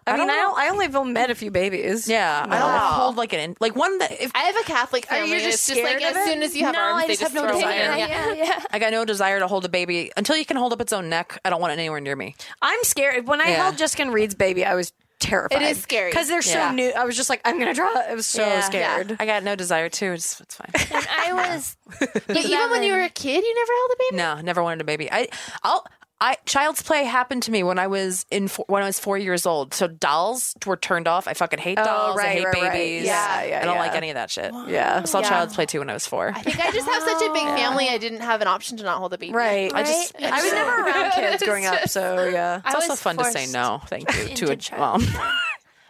B: I, mean,
C: don't
B: I, don't, I only have met a few babies.
C: Yeah, I
D: Wow.
C: don't hold like an in- like one that if
D: I have a Catholic
B: Are you
D: family. and
B: just
D: it's just like
B: scared of
D: as
B: it?
D: soon as you have
B: No,
D: arms,
B: I
D: they
B: just
D: just,
B: have no
D: throw
B: opinion.
D: it in.
F: Yeah,
D: Yeah.
F: yeah, yeah.
C: I got no desire to hold a baby until you can hold up its own neck. I don't want it anywhere near me.
B: I'm scared. When I
C: Yeah.
B: held Jessica and Reed's baby, I was terrified.
D: It is scary.
B: because they're so
C: Yeah.
B: new. I was just like, I'm gonna draw. I was so
C: Yeah.
B: scared.
C: I got no desire to. It's, it's fine.
F: And I was.
D: But even when you were a kid, you never held a baby.
C: No, never wanted a baby. I, I'll, I, child's play happened to me when I was in four, when I was four years old. So dolls were turned off. I fucking hate dolls. I
B: right,
C: hate
B: right, right.
C: babies.
B: Yeah, yeah,
C: I don't
B: yeah.
C: like any of that shit.
B: Yeah.
C: I saw
D: Yeah.
C: child's play too when I was four.
D: I think I just have such a big family. I didn't have an option to not hold a baby.
B: Right.
C: I just,
F: Right?
B: I was never around kids growing up, so yeah.
F: I
C: it's also
F: was
C: fun to say
F: forced.
C: no, thank you, to
F: into
C: a
F: child
C: child. mom.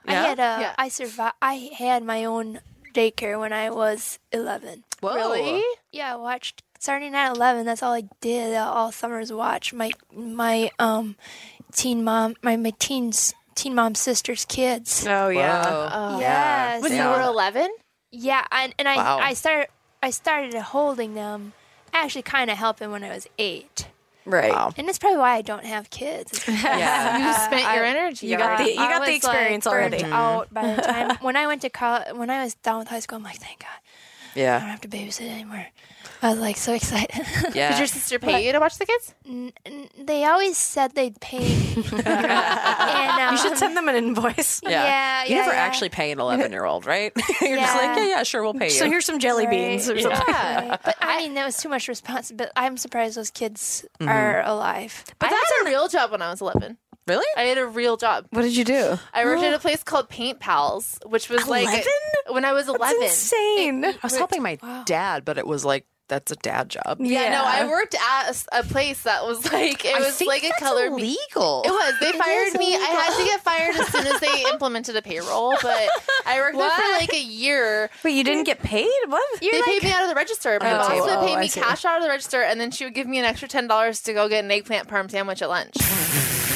F: I
C: Yeah?
F: had a. I
D: Yeah.
F: survived. I had my own daycare when I was 11.
C: Whoa.
D: Really?
F: Yeah, I watched Saturday Night at 11. That's all I did all summers. Watch my my um teen mom my my teens teen mom sister's kids.
B: Oh yeah.
C: Whoa.
D: Oh.
F: yes.
D: When
C: Yeah.
D: you were 11?
F: Yeah, and, and I
C: Wow.
F: I started I started holding them, actually kind of helping when I was eight,
B: Right.
C: Wow.
F: and that's probably why I don't have kids. It's because
C: Yeah.
D: You spent your energy.
B: Uh, You got
D: around-
B: the you got
F: I
B: the
F: was, like,
B: experience
F: burnt
B: already.
F: Out by the time when I went to college, when I was done with high school, I'm like, thank God, I don't
C: Yeah.
F: have to babysit anymore. I was like so excited.
D: Did
C: Yeah.
D: your sister pay you to watch the kids?
F: N- n- they always said they'd pay. me. and, um,
B: You should send them an invoice.
C: yeah.
F: yeah,
C: You
F: yeah,
C: never
F: yeah.
C: actually pay an 11 year old, right? You're just
F: Yeah.
C: like, yeah, yeah, sure, we'll pay you.
B: So here's some jelly
F: Right.
B: beans or something.
F: Right. But I mean, that was too much responsibility. I'm surprised those kids
B: Mm-hmm.
F: are alive.
D: I had a real job when I was 11.
C: really?
D: I had a real job.
B: What did you do?
D: I worked at a place called Paint Pals, which was like
B: 11?
D: when I was 11.
B: Insane.
C: I was helping my dad, but it was like, that's a dad job.
D: Yeah, no, I worked at a s- a, place that was like it was like a color me-
C: legal.
D: It was. They fired me. I had to get fired as soon as they implemented a payroll, but I worked there for like a year.
B: Wait, you didn't get paid? What?
D: they paid me out of the register. My
C: Oh,
D: boss would
B: oh,
D: pay
B: I
D: me
B: see.
D: cash out of the register, and then she would give me an extra ten dollars to go get an eggplant parm sandwich at lunch.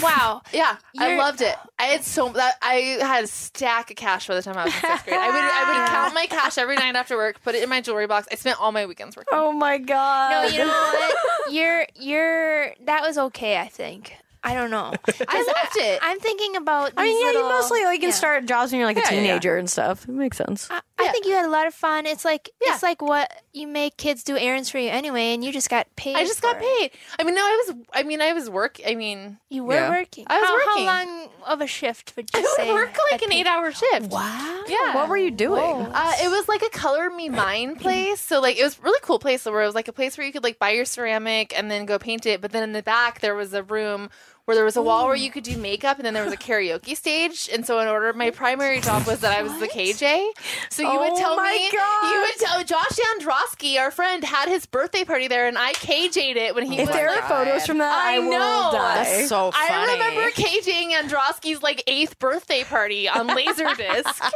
F: Wow.
D: yeah, I
F: You're-
D: loved it. I had so that I had a stack of cash by the time I was in sixth grade. I would I would count my cash every night after work, put it in my jewelry box. I spent all my weekends working.
B: Oh my god.
F: No, you know what? You're you're that was okay. I think. I don't know.
D: I loved it.
F: I'm thinking about.
B: I mean,
F: these
B: yeah, you
F: little-
B: mostly like, you can
F: yeah.
B: start jobs when you're like a
C: Yeah, yeah, yeah.
B: teenager and stuff. It makes sense.
F: I, I think you had a lot of fun. It's like
D: Yeah.
F: it's like what you make kids do errands for you anyway, and you just got paid.
D: I just
F: for
D: got
F: it.
D: paid. I mean, no, I was. I mean, I was work. I mean,
F: You were
C: Yeah.
F: working.
D: I was
F: how,
D: working.
F: How long of a shift would
D: I
F: you say?
D: would work like
F: at
D: an
F: peak?
D: eight-hour shift.
C: Wow.
D: Yeah.
B: Ah, What were you doing?
C: Oh,
D: Uh, it was like a color me mine place. So like it was a really cool place where it was like a place where you could like buy your ceramic and then go paint it. But then in the back there was a room where there was a wall where you could do makeup and then there was a karaoke stage. And so in order my primary job was that I was the KJ. So you
B: Oh
D: would tell
B: my
D: me
B: God.
D: you would tell Josh Androsky, our friend, had his birthday party there and I KJ'd it when he
B: If
D: was
B: there
D: like,
B: are photos from that, I,
D: I
B: will
D: know.
B: die.
C: That's so funny.
D: I remember KJing Androsky's like eighth birthday party on Laserdisc.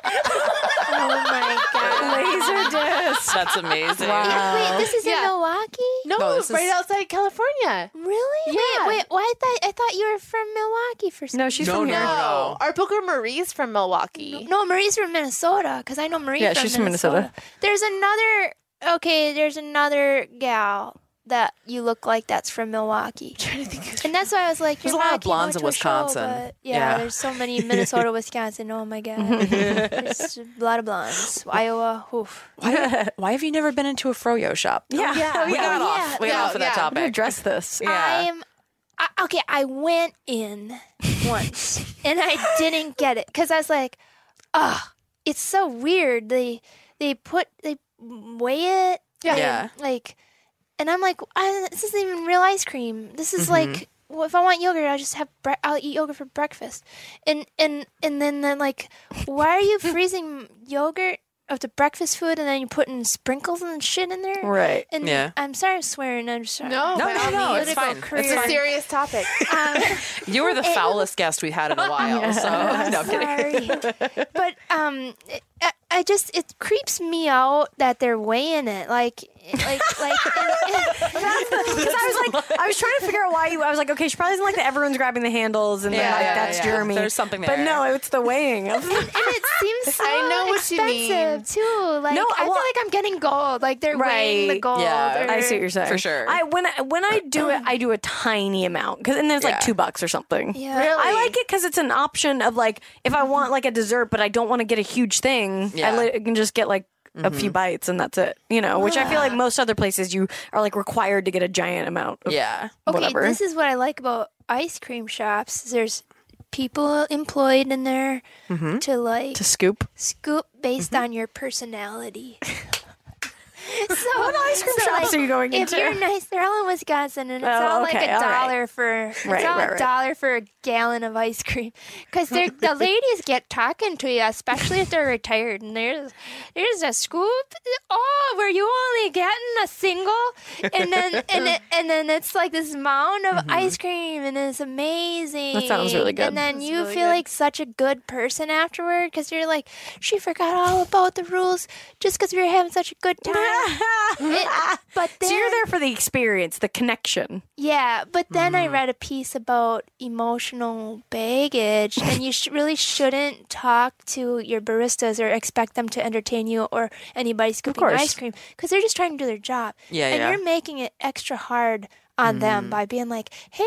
F: Oh my god!
B: Laser disc.
C: That's amazing.
F: Wait, this is in
D: Yeah.
F: Milwaukee.
D: No,
C: No, this
D: right
C: is-
D: outside California.
F: Really?
D: Yeah.
F: Wait, wait. Why I thought I thought you were from Milwaukee for some.
B: No, she's
C: No,
B: from here.
C: no.
D: No, our Booker Marie's from Milwaukee.
F: No, Marie's from Minnesota because I know Marie.
B: Yeah, she's from Minnesota.
F: There's another. Okay, there's another gal that you look like that's from Milwaukee.
D: trying to think. who's-
F: And that's why I was like,
C: There's
F: you're
C: a lot
F: not
C: of blondes in
F: going to a show,
C: Wisconsin.
F: but- yeah,
C: Yeah.
F: there's so many Minnesota, Wisconsin. Oh my god, there's a lot of blondes. Iowa, oof.
C: Why, why have you never been into a froyo shop?
B: Yeah.
C: We got
F: Oh, yeah.
C: off. We got
D: Yeah,
C: off of that
D: yeah.
B: I'm gonna
C: topic.
B: address this.
C: Yeah.
F: I'm I, okay. I went in once and I didn't get it because I was like, oh, it's so weird. They they put they weigh it.
D: Yeah.
F: they,
C: Yeah.
F: Like, and I'm like, I, this isn't even real ice cream. This is
C: Mm-hmm.
F: like. Well, if I want yogurt, I'll just have bre- I'll eat yogurt for breakfast, and and and then then like, why are you freezing yogurt of the breakfast food and then you putting sprinkles and shit in there?
B: Right.
F: And
C: Yeah.
F: I'm sorry, I'm swearing. I'm sorry.
D: No,
C: No,
D: by
C: no,
D: all
C: no,
D: means.
C: it's fine. It's
D: It's a
C: fine.
D: serious topic.
F: Um,
C: You were the foulest guest we've had in a while. So no I'm kidding.
F: Sorry. but um, it, I, I just it creeps me out that they're weighing it like like like. and- and-
B: Because I was like, I was trying to figure out why you. I was like, okay, she probably doesn't like that everyone's grabbing the handles, and then
C: Yeah,
B: like,
C: yeah,
B: that's
C: yeah.
B: Jeremy.
C: There's something
B: But
C: there.
B: no, it's the weighing. of
F: and it seems so
D: I know what you mean.
F: expensive too. Like
B: No,
F: I feel
B: well-
F: like I'm getting gold. Like they're weighing the
B: Right.
F: gold.
C: Yeah.
F: or-
B: I see what you're saying
C: For sure.
B: I when I, when I do it, I do a tiny amount because and there's
C: Yeah.
B: like two bucks or something.
F: Yeah.
D: Really?
B: I like it because it's an option of like if I want like a dessert but I don't want to get a huge thing,
C: Yeah.
B: I, li- I can just get like a few bites and that's it. You know, which I feel like most other places you are like required to get a giant amount. Of
C: Yeah.
F: Okay,
B: whatever.
F: this is what I like about ice cream shops. is There's people employed in there
B: Mm-hmm.
F: to like
B: to scoop.
F: scoop based
B: Mm-hmm.
F: on your personality. so what
B: ice cream shops are you going
F: if
B: into?
F: you're nice, they're all in Wisconsin, and it's
B: Oh,
F: all like
B: okay,
F: a
B: all right.
F: dollar for it's
B: Right,
F: all
B: right,
F: a
B: right.
F: dollar for a gallon of ice cream. Because the ladies get talking to you, especially if they're retired, and there's there's a scoop. Oh, were you only getting a single? And then and it, and then it's like this mound of ice cream, and it's amazing.
B: That Mm-hmm. sounds really good.
F: And then you feel like such a good person afterward because you're like, she forgot all about the rules just because we were having such a good time. It- but then,
B: so you're there for the experience, the connection.
F: yeah, but then I
C: Mm.
F: read a piece about emotional baggage, and you sh- really shouldn't talk to your baristas or expect them to entertain you or anybody scooping your
B: course.
F: ice cream because they're just trying to do their job.
C: Yeah,
F: and
C: yeah. Mm.
F: you're making it extra hard on them by being like, "Hey,"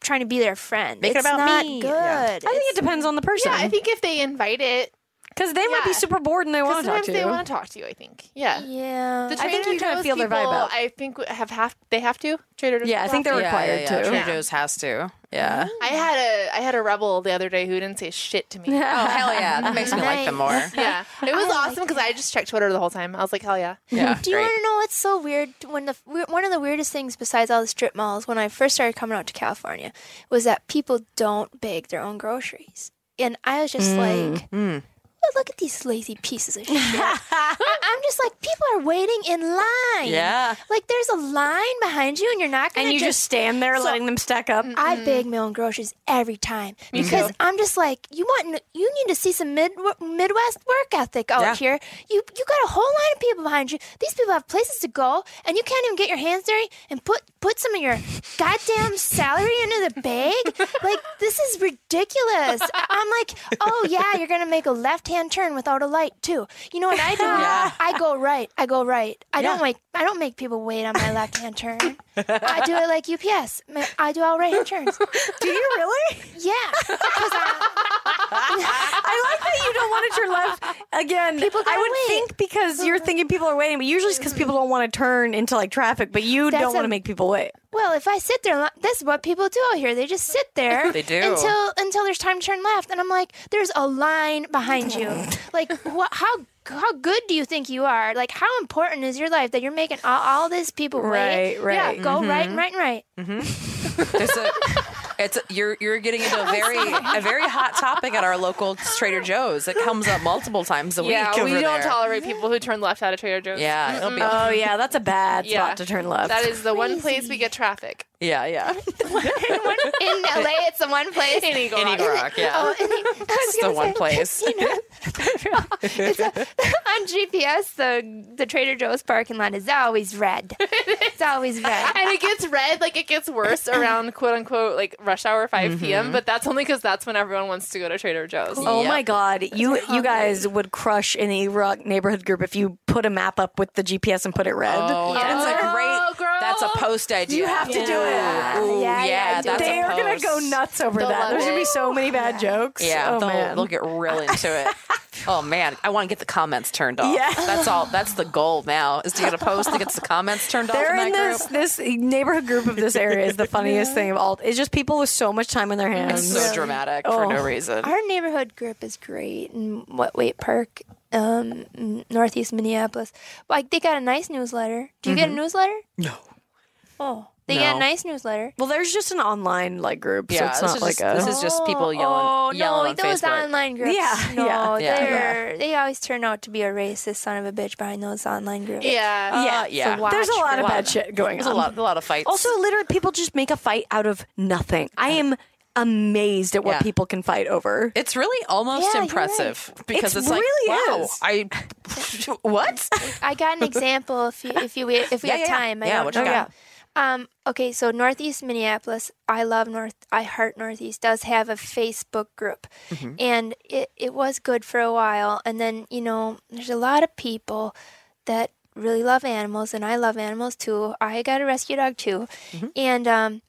F: trying to be their friend.
C: Make it
F: it's
C: about
F: not
C: me.
F: good.
C: Yeah.
B: I think it depends on the person.
D: yeah, I think if they invite it,
B: because they might be
D: yeah.
B: super bored and they want
D: because
B: to talk
D: sometimes
B: to
D: they
B: you.
D: want to talk to you. I think. Yeah.
F: Yeah.
D: The
B: I think
D: Trader
B: you kinda
D: Joe's
B: feel their vibe
D: people,
B: out.
D: I think w- have half. They have to. Trader Joe's.
B: yeah, I
D: people
B: think
D: have
B: they're required
C: yeah, yeah,
B: to.
C: Trader Joe's has to. Yeah.
D: to. I had a I had a rebel the other day who didn't say shit to me.
C: Oh hell yeah! That makes me like them more.
D: yeah, it was
F: like
D: awesome because I just checked Twitter the whole time. I was like, hell yeah.
C: Yeah.
F: Do you
C: great.
F: want to know what's so weird? When the we- one of the weirdest things besides all the strip malls, when I first started coming out to California, was that people don't bag their own groceries, and I was just like, "Oh, "Look at these lazy pieces of shit." I- I'm just like, people are waiting in line.
C: Yeah.
F: like there's a line behind you, and you're not gonna
B: and you just,
F: just
B: stand there
F: So-
B: letting them stack up.
F: I bag my own groceries every time because I'm just like you want you need to see some mid Midwest work ethic out
C: Yeah.
F: here. You you got a whole line of people behind you. These people have places to go, and you can't even get your hands dirty and put put some of your goddamn salary into the bag. like this is ridiculous. I- I'm like, oh yeah, you're gonna make a left hand turn without a light too. You know what I do? I go right. I go right. I don't
C: Yeah.
F: like I don't make people wait on my left hand turn. I do it like UPS. Ma- I do all right hand turns.
B: Do you really?
F: Yeah, 'cause I,
B: I like that you don't want to turn left. Again,
F: People
B: I
F: gotta
B: would
F: wait.
B: think because you're thinking people are waiting, but usually it's because people don't want to turn into like traffic, but you
F: That's
B: don't want to
F: a-
B: make people wait.
F: Well, if I sit there, lo- that's what people do out here. They just sit there.
C: They do.
F: until until there's time to turn left, and I'm like, there's a line behind you. like, what? How how good do you think you are? Like, how important is your life that you're making all, all these people wait?
B: Right, right.
F: Yeah, go
C: Mm-hmm.
F: right and right and right.
C: There's a, it's a, you're you're getting into a very a very hot topic at our local Trader Joe's. It comes up multiple times a
D: Yeah,
C: week.
D: we
C: over
D: don't
C: there.
D: tolerate people who turn left out of Trader Joe's.
C: Yeah, it'll be
B: Oh yeah, that's a bad
D: Yeah.
B: spot to turn left.
D: That is the one place we get traffic.
C: yeah, yeah.
F: In LA, it's the one place.
D: In Eagle
C: Any
D: Rock.
C: rock, yeah.
F: Oh, and he- I was
C: It's the
F: gonna
C: one
F: say,
C: place.
F: It's a, on GPS, the the Trader Joe's parking lot is always red. It's always red.
D: And it gets red, like it gets worse around quote unquote like rush hour 5
C: Mm-hmm.
D: p.m. But that's only because that's when everyone wants to go to Trader Joe's.
B: Oh
C: Yep.
B: my god, you you guys would crush in the rock neighborhood group if you put a map up with the GPS and put it red.
C: Oh, that's a
D: Oh,
C: great.
D: girl.
C: That's a post idea.
B: You have to do it.
C: Ooh, yeah,
F: Yeah, yeah,
C: that's
B: they
C: a
B: are gonna
C: post.
B: go nuts over
D: They'll
B: that.
D: love
B: There's gonna
D: it.
B: be so many bad jokes.
C: Yeah,
B: oh,
C: they'll,
B: man.
C: they'll get real into it. oh man, I want to get the comments turned off.
B: Yeah.
C: that's all. That's the goal now is to get a post that gets the comments turned off.
B: They're
C: in,
B: in
C: that
B: this
C: group.
B: this neighborhood group of this area is the funniest thing of all. It's just people with so much time on their hands.
C: So dramatic for
B: Oh.
C: no reason.
F: Our neighborhood group is great in what Wait Park, um, in northeast Minneapolis. Like they got a nice newsletter. Do you get a newsletter?
C: No.
F: Oh, they got
C: No.
F: a nice newsletter.
B: well, there's just an online like group, so
C: Yeah,
B: it's
C: this
B: not
C: is
B: like
C: just-
B: a.
C: this is just people yelling-
F: Oh,
C: yelling
F: no,
C: on
F: those
C: Facebook.
F: online groups.
B: Yeah,
F: no,
B: yeah.
F: they're they always turn out to be a racist son of a bitch behind those online groups.
D: Yeah.
C: yeah,
B: Uh,
C: yeah.
F: so why-
B: there's a
F: watch
B: lot of
C: for
B: bad
C: one.
B: shit going
C: There's
B: on.
C: a lot, a lot of fights.
B: um, Also, literally, people just make a fight out of nothing. I am amazed at what
C: Yeah.
B: people can fight over.
C: It's really almost
F: Yeah, you're
C: impressive because
B: It's
C: it's, like,
B: really
C: wow,
B: is.
C: I what?
F: I got an example if you, if you if we
C: Yeah, yeah,
F: have
C: yeah.
F: time. I
C: Yeah,
F: don't
C: what you
F: know.
C: got?
F: Um, okay, so Northeast Minneapolis, I love North, I heart Northeast does have a Facebook group,
C: Mm-hmm.
F: and it it was good for a while, and then you know there's a lot of people that really love animals, and I love animals too. I got a rescue dog too,
C: Mm-hmm.
F: and um.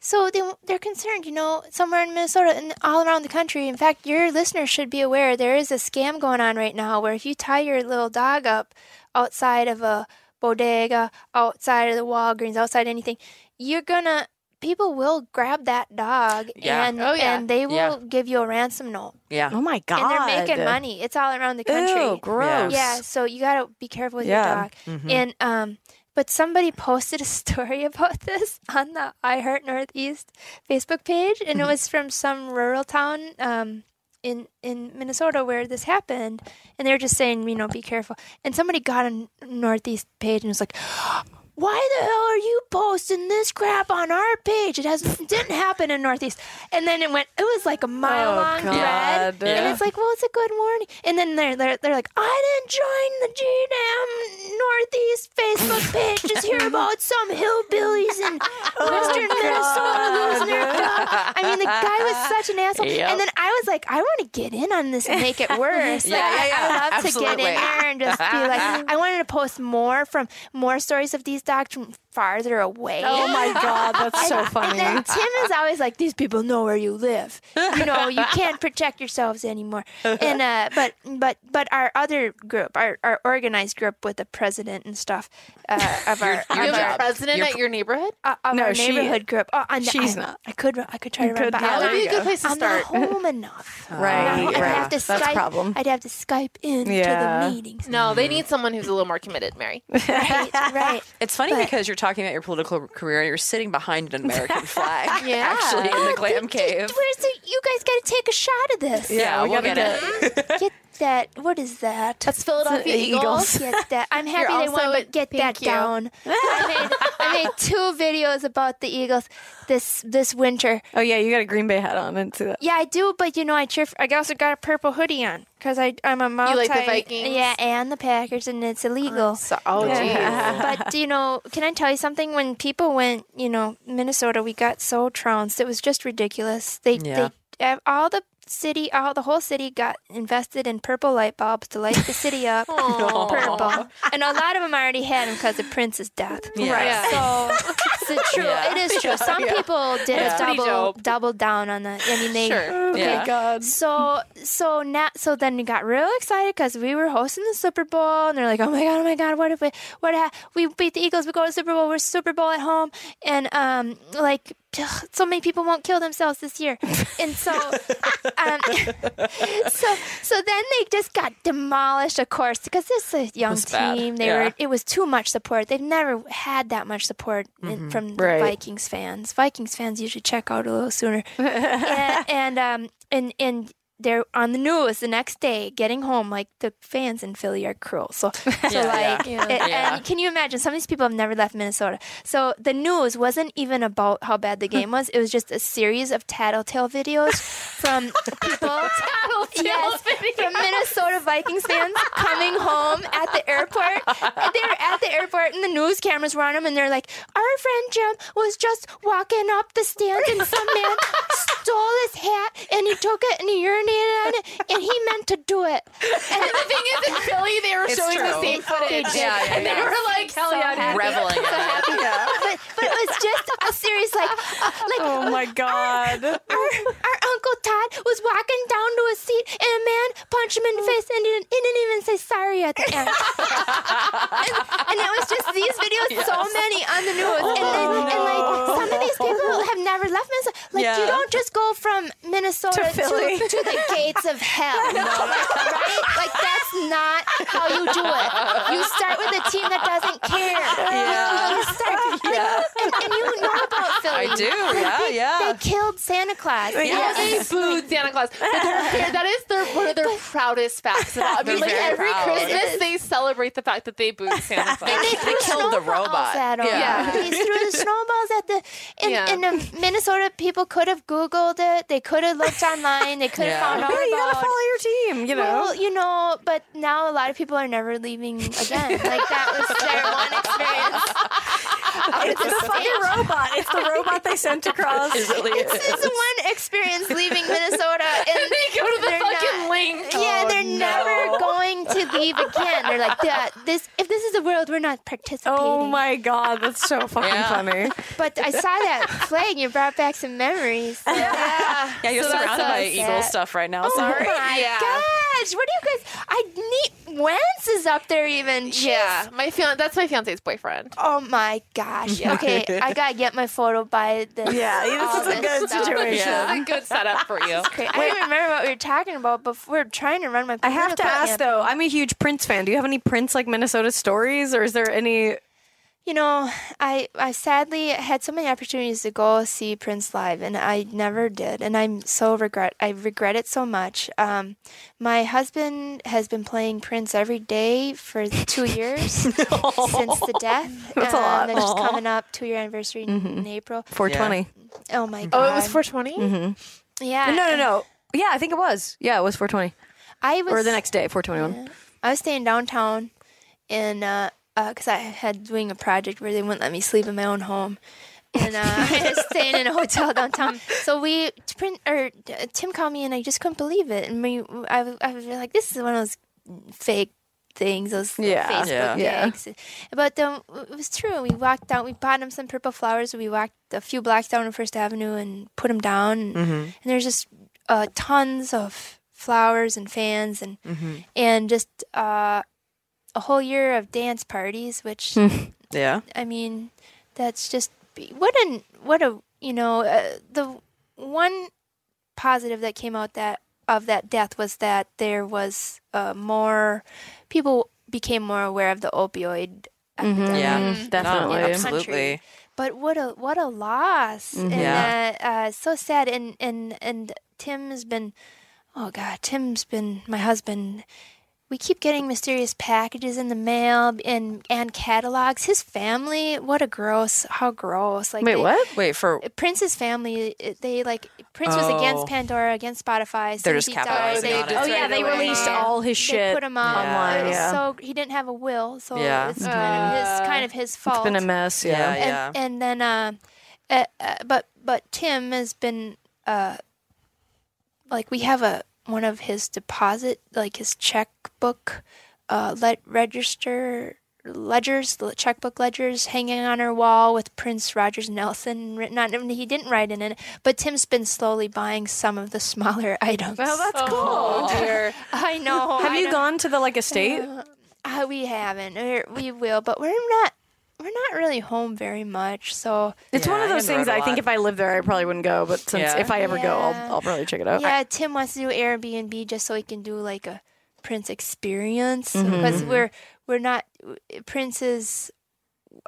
F: So they, they're concerned, you know, somewhere in Minnesota and all around the country. In fact, your listeners should be aware there is a scam going on right now where if you tie your little dog up outside of a bodega, outside of the Walgreens, outside anything, you're gonna people will grab that dog
C: Yeah.
F: and
D: Oh, yeah.
F: and they will
C: Yeah.
F: give you a ransom note.
C: Yeah,
B: Oh my god!
F: And they're making money. It's all around the country.
B: Ew, gross.
F: Yeah, so you gotta be careful with
B: Yeah. Mm-hmm.
F: your dog. And um, but somebody posted a story about this on the I Heart Northeast Facebook page, and it
B: Mm-hmm.
F: was from some rural town um in in Minnesota where this happened, and they were just saying, you know, be careful. And somebody got on Northeast page and was like. Why the hell are you posting this crap on our page? It has it didn't happen in Northeast, and then it went. It was like a mile long
B: God.
F: thread, and
C: Yeah.
F: it's like, well, it's a good warning. And then they're they're, they're like, I didn't join the GDAM Northeast Facebook page just hear about some hillbillies in Western Minnesota losing their job. I mean, the guy was such an asshole.
C: Yep.
F: And then I was like, I want to get in on this and make it worse.
C: Yeah,
F: like,
C: yeah,
F: I-
C: yeah.
F: I love to get
C: Absolutely.
F: in there and just be like, I wanted to post more from more stories of these dogs from farther away.
B: Oh my god, that's so funny.
F: And then Tim is always like, "These people know where you live. You know, you can't protect yourselves anymore." And uh, but but but our other group, our, our organized group with the president and stuff uh, of our,
D: You
F: of
D: have
F: our,
D: a president at your neighborhood?
F: uh, of
B: No,
F: our
B: she-
F: neighborhood group. Oh, and
B: she's
F: I,
B: not.
F: I could run- I could try to run,
B: could
F: but
B: not.
F: I'm
D: That
B: there
D: would be
B: you
D: a good
B: go.
D: place to
F: I'm
D: start.
F: not home enough.
B: Right,
F: I'd have
B: right.
F: to
B: That's
F: Skype,
B: a problem.
F: I'd have to Skype in to
B: Yeah.
F: the meetings.
C: Mm-hmm.
D: No, they need someone who's a little more committed, Mary.
F: Right, right.
C: it's funny
F: But-
C: because you're talking about your political career. and You're sitting behind an American flag,
D: Yeah.
C: actually in the glam cave.
F: Where's the? You guys got to take a shot of this.
C: Yeah,
B: we
C: we'll
B: gotta
C: get it.
F: Get that. What is that?
D: That's Philadelphia
B: The
D: Eagles.
B: Eagles.
F: Get that. I'm happy
D: You're
F: they
D: also
F: won,
D: a-
F: but get
D: thank
F: that
D: you.
F: down. I made, I made two videos about the Eagles this this winter.
B: Oh yeah, you got a Green Bay hat on and see that.
F: Yeah, I do, but you know, I cheer. For, I also got a purple hoodie on because I I'm a multi.
D: like the Vikings?
F: Yeah, and the Packers, and it's illegal.
D: So, oh, geez.
F: but you know, can I tell you something? When people went, you know, Minnesota, we got so trounced. It was just ridiculous. They
C: Yeah.
F: they all the city, all the whole city got invested in purple light bulbs to light the city up. Purple, and a lot of them already had them because of Prince's death.
C: Yeah. Right.
F: So, it's true.
C: Yeah.
F: It is true. Some people did
D: pretty
F: double
D: dope.
F: double down on the. I mean, they
D: Sure.
C: yeah.
B: Oh, God.
F: so so now so then we got real excited because we were hosting the Super Bowl and they're like, oh my god, oh my god, what if we what ha- we beat the Eagles, we go to the Super Bowl, we're Super Bowl at home, and um like so many people won't kill themselves this year, and so um so so then they just got demolished, of course, because this is a young
C: was bad.
F: team. They
C: Yeah.
F: were it was too much support. They've never had that much support
C: Mm-hmm.
F: in, from the
B: Right.
F: Vikings fans. Vikings fans usually check out a little sooner and, and um and and they're on the news the next day getting home like the fans in Philly are cruel so so
C: Yeah.
F: like
D: Yeah.
F: it-
C: Yeah.
F: and can you imagine some of these people have never left Minnesota so the news wasn't even about how bad the game was it was just a series of tattletale videos from people yes, from Minnesota Vikings fans coming home at the airport. And they were at the airport, and the news cameras were on them, and they're like, "Our friend Jim was just walking up the stands, and some man stole his hat, and he took it and he urinated on it, and he meant to do it." And
D: The thing is, in Philly, they were showing the
C: true.
D: same footage.
F: They did.
C: Yeah, yeah,
D: and they
C: yeah.
D: were like, hell yeah, dude.
C: Reveling in it.
F: but, but it was just a series like, uh, like
B: Oh my God.
F: our, our uncle Todd was walking down to a seat and a man punched him in the face and he didn't, he didn't even say sorry at the end. and, and it was just these videos, so many on the news. and, then, and like
B: Oh.
F: some of these people have never left Minnesota. Like you
C: Yeah.
F: don't just go from Minnesota
B: To
F: to,
B: Philly.
F: to the gates of hell. Like, right? Like that's not how you do it. You start with a team that doesn't care.
C: Yeah.
F: You start, and, and you know about Philly.
C: I do. Yeah,
F: They
C: yeah.
F: killed Santa Claus.
D: Yeah, "Oh, they booed Santa Claus. But they're- they're- that is their, one of their proudest facts. About. I
C: They're
D: mean, like
C: very
D: every
C: proud.
D: Christmas, they celebrate the fact that they booed Santa
F: And
D: Claus.
F: they threw
C: killed the
F: snowballs
C: robot.
F: At 'em.
C: Yeah.
F: they threw the snowballs at the. And,
D: Yeah.
F: and the Minnesota people could have Googled it. They could have looked online. They could
C: Yeah.
F: have found out
B: Yeah, you gotta
F: about.
B: follow your team, you know?
F: Well, you know, but now a lot of people are never leaving again. Like that was their one experience.
B: it's the fucking robot. It's the robot they sent across.
C: Is it like-
F: It's the one experience leaving Minnesota, and
D: They go to the
F: they're
D: fucking
F: not-
D: link.
F: Yeah,
B: Oh,
F: they're
B: no.
F: never going to leave again. They're like, "Yeah, this if this is the world, we're not participating.
B: Oh my god, that's so fucking
C: Yeah.
B: funny.
F: But I saw that flag. You brought back some memories.
D: Yeah.
C: Yeah, you're
D: So that's
C: surrounded by
D: us.
C: eagle stuff right now. Sorry.
F: Oh my
D: Yeah.
F: gosh! What do you guys? I need Wentz is up there even. Jeez.
D: Yeah, my fian- that's my fiance's boyfriend.
F: Oh my gosh. Okay, I gotta get my photo by the.
B: Yeah, this is a good situation.
C: Yeah.
D: That's a good setup for you.
F: I don't even remember what we were talking about before trying to run my.
B: I have to ask though. I'm a huge Prince fan. Do you have any Prince like Minnesota stories, or is there any?
F: You know, I I sadly had so many opportunities to go see Prince live, and I never did, and I'm so regret. I regret it so much. Um, my husband has been playing Prince every day for two years since the death. um,
B: That's a lot. Mm-hmm.
F: It's coming up two year anniversary in- in April.
B: 420?
F: Oh my god!
D: Oh, it was 420?
F: yeah.
B: No, no, no. Yeah, I think it was. Yeah, it was 420,
F: I was
B: or the next day, 421.
F: I was staying downtown, and uh, uh 'cause I had doing a project where they wouldn't let me sleep in my own home, and uh, I was staying in a hotel downtown. So we print or uh, Tim called me, and I just couldn't believe it. And we, I, was- I was like, this is one of those fake things, those little
B: Yeah.
F: Facebook
B: Yeah.
F: gigs. But um, it was true. We walked down. We bought him some purple flowers. We walked a few blocks down to First Avenue and put them down. And,
B: Mm-hmm.
F: and there's just uh, tons of flowers and fans and and just uh, a whole year of dance parties. Which
B: Hmm.
C: Yeah.
F: I mean, that's just what an what a you know uh, the one positive that came out that of that death was that there was uh, more people became more aware of the opioid epidemic.
C: Yeah.
B: Definitely.
C: No, absolutely.
F: But what a what a loss, and
C: Mm-hmm. Yeah.
F: uh, uh, so sad. And and and Tim has been, oh god, Tim's been my husband. We keep getting mysterious packages in the mail and and catalogs. His family, what a gross, how gross! Like
B: Wait,
F: they-
B: what?
C: Wait for
F: Prince's family, it- they like Prince was
C: Oh.
F: against Pandora, against Spotify. As
C: They're
F: soon
C: just
F: as he died,
C: capitalizing
F: they
C: on it.
B: Oh
C: Oh,
B: yeah,
F: destroyed
B: they
F: the will.
B: released all his
F: They
B: shit.
F: put him out
C: online,
F: It was
B: yeah.
F: So he didn't have a will, so
C: Yeah.
B: Uh,
F: it's his, kind of his fault
B: It's been a mess.
C: yeah,
B: Yeah.
C: yeah.
F: and, and then uh, uh, uh, but but Tim has been uh, like we have a one of his deposit like his checkbook uh let register ledgers the checkbook ledgers hanging on her wall with prince rogers nelson written on it he didn't write in it but tim's been slowly buying some of the smaller items
B: Well, that's cool.
D: Oh, dear.
F: i know
B: Have
F: I
B: you
F: know.
B: gone to the like estate?
F: Uh, we haven't. We're, we will, but we're not. We're not really home very much, so
B: It's one
C: Yeah,
B: of
C: I
B: those
C: haven't
B: things.
C: read a
B: I think
C: lot.
B: if I lived there, I probably wouldn't go. But since
C: Yeah.
B: if I ever go,
F: Yeah.
B: I'll, I'll probably check it out.
F: yeah. Tim wants to do Airbnb just so he can do like a Prince experience
B: Mm-hmm.
F: because we're we're not Prince's.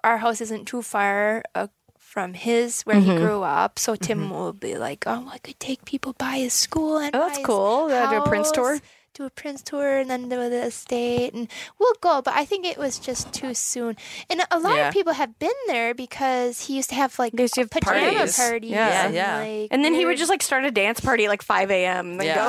F: Our house isn't too far uh, from his where
B: Mm-hmm.
F: he grew up, so Tim will be like, "Oh, I could take people by his school and
B: Oh, that's
F: by his
B: cool. Uh, do a Prince tour?
F: house, Do a Prince tour and then do the estate, and we'll go. But I think it was just too soon. And a lot
C: Yeah.
F: of people have been there because he used to have like
B: They used to have
F: pajama
C: parties.
F: parties.
C: Yeah,
F: and,
C: yeah.
F: like,
B: And then he would
F: weird-
B: just like start a dance party at like 5 a.m. Then
C: Yeah.
B: go.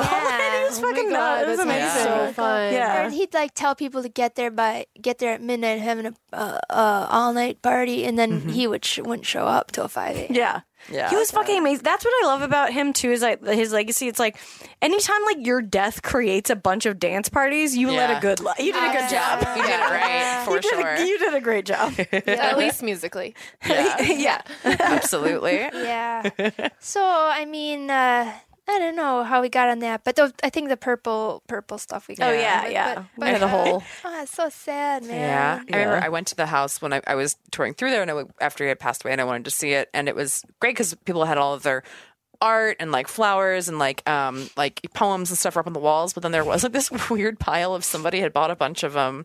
F: Yeah.
B: it is
D: Oh my
B: fucking
D: God,
B: nuts. It was
D: that sounds
B: amazing.
D: so fun.
B: Yeah.
F: Or he'd like tell people to get there by get there at midnight, having a uh, uh, all night party, and
B: Mm-hmm.
F: then he would sh- wouldn't show up till five a.m.
B: Yeah.
C: Yeah.
B: He was fucking amazing. That's what I love about him too. Is like his legacy. It's like anytime like your death creates a bunch of dance parties, you led
C: Yeah.
B: a good life. You did a good job.
C: You did it right, for
B: you, did
C: sure.
B: a, you did a great job.
D: At least musically.
C: yeah,
B: yeah.
C: absolutely.
F: Yeah. so I mean, uh, I don't know how we got on that, but the, I think the purple purple stuff we got.
B: Oh
F: on,
B: yeah,
F: but-
B: yeah.
F: But,
B: we had a whole.
F: oh, it's so sad, man.
C: Yeah. I
B: Yeah.
C: remember I went to the house when I, I was touring through there and I went, after he had passed away and I wanted to see it. And it was great because people had all of their art and like flowers and like um like poems and stuff up on the walls but then there was like this weird pile of somebody had bought a bunch of um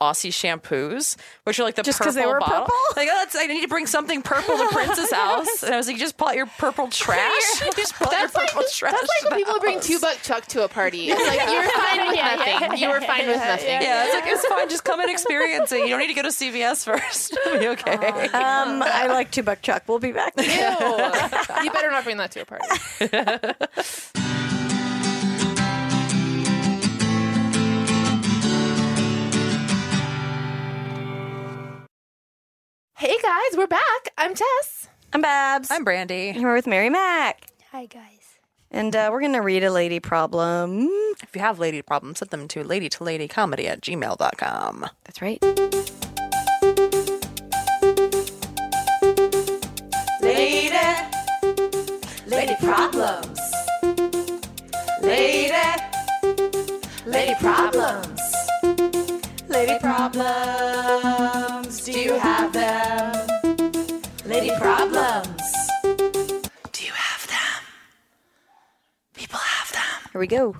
C: aussie shampoos which are like the
B: Just 'cause
C: purple
B: they were
C: bottle
B: purple?
C: like oh, that's, i need to bring something purple to prince's house and i was like you just bought your purple trash you just bought your purple trash
D: That's like when people bring two buck chuck to a party. It's like you were fine with nothing. You were fine with nothing.
C: yeah it's like it's fine just come and experience it you don't need to go to cvs first it'll be okay
B: Um, I like Two Buck Chuck. We'll be back.
D: Ew. you better not bring that to a party. hey guys, we're back. I'm Tess.
B: I'm Babs.
C: i'm brandy
B: here with Mary Mac,
F: Hi guys.
B: and uh, we're gonna read a lady problem.
C: If you have lady problems, send them to lady to lady comedy at gmail.com.
B: That's right.
A: Lady, lady problems. Lady, lady problems. Lady problems, do you have them? Lady problems, do you have them? People have them.
B: Here we go.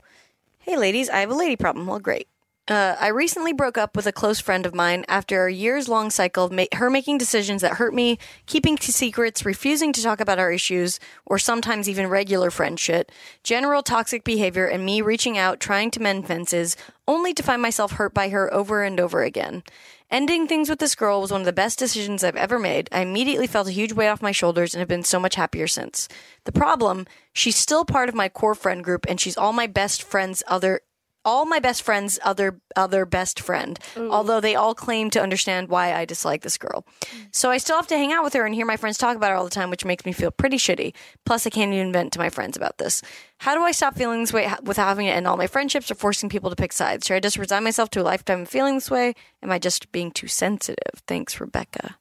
B: Hey, ladies, I have a lady problem. Well, great. Uh, I recently broke up with a close friend of mine after a years long cycle of ma- her making decisions that hurt me, keeping t- secrets, refusing to talk about our issues, or sometimes even regular friend shit, general toxic behavior, and me reaching out, trying to mend fences, only to find myself hurt by her over and over again. Ending things with this girl was one of the best decisions I've ever made. I immediately felt a huge weight off my shoulders and have been so much happier since. The problem, she's still part of my core friend group and she's all my best friends other all my best friends other other best friend although they all claim to understand why i dislike this girl
D: Mm.
B: so i still have to hang out with her and hear my friends talk about her all the time which makes me feel pretty shitty plus i can't even vent to my friends about this how do i stop feeling this way ha- without having to end all my friendships or forcing people to pick sides should i just resign myself to a lifetime of feeling this way am i just being too sensitive thanks rebecca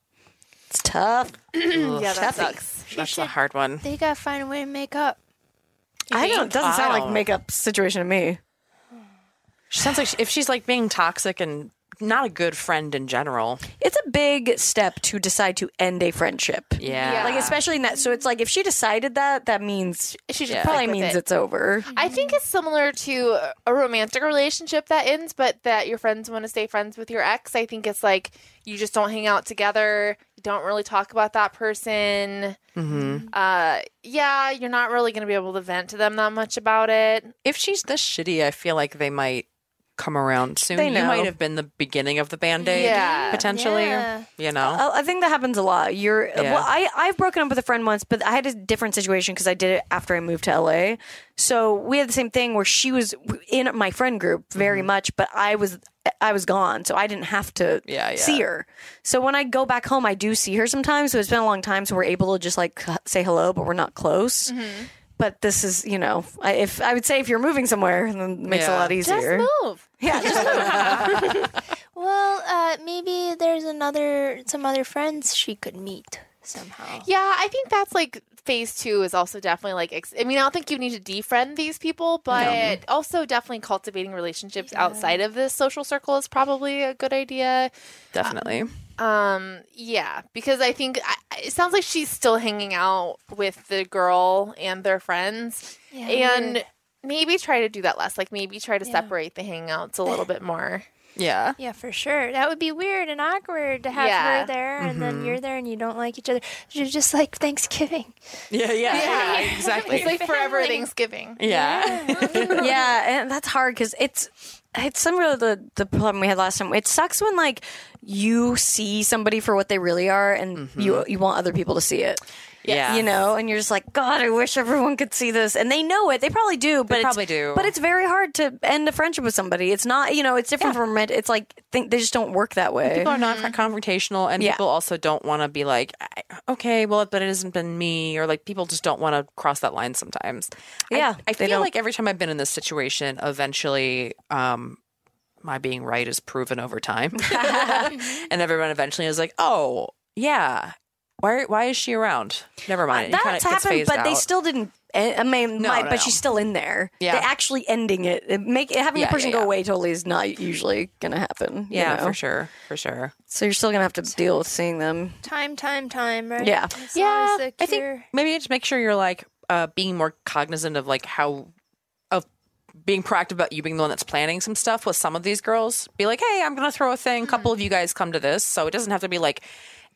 B: it's tough
D: yeah, that sucks.
C: That's a hard one.
F: They gotta find a way to make up.
B: i don't doesn't sound like
C: Wow.
B: makeup situation to me
C: She sounds like she, if she's like being toxic and not a good friend in general.
B: it's a big step to decide to end a friendship
C: Yeah.
D: Yeah.
B: Like especially in that, so it's like if she decided that, that means
D: She should
C: Yeah.
B: probably
D: stick with
B: means
D: it.
B: it's over.
D: I think it's similar to a romantic relationship that ends, but that your friends want to stay friends with your ex. I think it's like you just don't hang out together. You don't really talk about that person.
C: Mhm.
D: Uh, yeah, you're not really going to be able to vent to them that much about it.
C: If she's this shitty, I feel like they might come around soon.
B: They
C: You
B: know.
C: might have been the beginning of the band aid.
D: Yeah.
C: Potentially.
F: Yeah.
C: You know?
B: I I think that happens a lot. You're uh,
C: Yeah.
B: well. I I've broken up with a friend once, but I had a different situation because I did it after I moved to LA. So we had the same thing where she was in my friend group
C: Mm-hmm.
B: very much, but I was I was gone, so I didn't have to
C: Yeah, yeah.
B: see her. So when I go back home,
C: Mm-hmm.
B: I do see her sometimes. So it's been a long time, so we're able to just like say hello, but we're not close. But this is, you know, I- if I would say if you're moving somewhere, then it makes it a
C: Yeah.
B: lot
D: Just
B: easier.
D: move.
B: Yeah, just move.
F: Well, uh, maybe there's another some other friends she could meet somehow.
D: Yeah, I think that's like phase two is also definitely like. Ex- I mean, I don't think you need to defriend these people, but also definitely cultivating relationships outside of this social circle is probably a good idea.
C: Definitely.
D: Um, yeah, because I think I, I- it sounds like she's still hanging out with the girl and their friends,
F: Yeah,
D: and
F: weird.
D: maybe try to do that less. Like maybe try to separate the hangouts a little bit more.
C: Yeah.
F: Yeah, for sure. That would be weird and awkward to have
D: Yeah.
F: her there and
C: Mm-hmm.
F: then you're there and you don't like each other. You're just like Thanksgiving.
C: Yeah. Yeah. Yeah. exactly.
D: It's like forever Thanksgiving.
C: yeah.
B: yeah, and that's hard because it's it's similar to the the problem we had last time. It sucks when like you see somebody for what they really are, and
C: Mm-hmm.
B: you you want other people to see it.
C: Yeah.
B: you know, and you're just like, God, I wish everyone could see this, and they know it. They probably do, but
C: probably
B: it's,
C: do.
B: But it's very hard to end a friendship with somebody. It's not, you know, it's different from it. It's like think they just don't work that way.
C: People are not confrontational, and
B: Yeah.
C: people also don't want to be like, I- okay, well, but it hasn't been me, or like people just don't want to cross that line sometimes. I-
B: Yeah,
C: I,
B: they
C: feel
B: don't.
C: like every time I've been in this situation, eventually, um, my being right is proven over time, and everyone eventually is like, oh yeah, why why is she around? Never mind. It
B: Uh, That's
C: kinda gets
B: happened,
C: phased
B: but they
C: out.
B: still didn't. eh, I mean,
C: No,
B: might,
C: no,
B: but
C: no.
B: she's still in there.
C: Yeah.
B: They're actually ending it. it make having
C: Yeah,
B: the person
C: yeah,
B: go
C: yeah.
B: away totally is not usually going to happen. you
C: Yeah,
B: know?
C: for sure, for sure.
B: So you're still going to have to deal with seeing them.
F: Time, time, time, right?
B: Yeah.
F: It's
D: Yeah,
F: always the
C: I think
F: cure.
C: maybe just make sure you're like uh, being more cognizant of like how of being proactive about you being the one that's planning some stuff with some of these girls. Be like, hey, I'm gonna throw a thing. A
D: Mm-hmm.
C: couple of you guys come to this, so it doesn't have to be like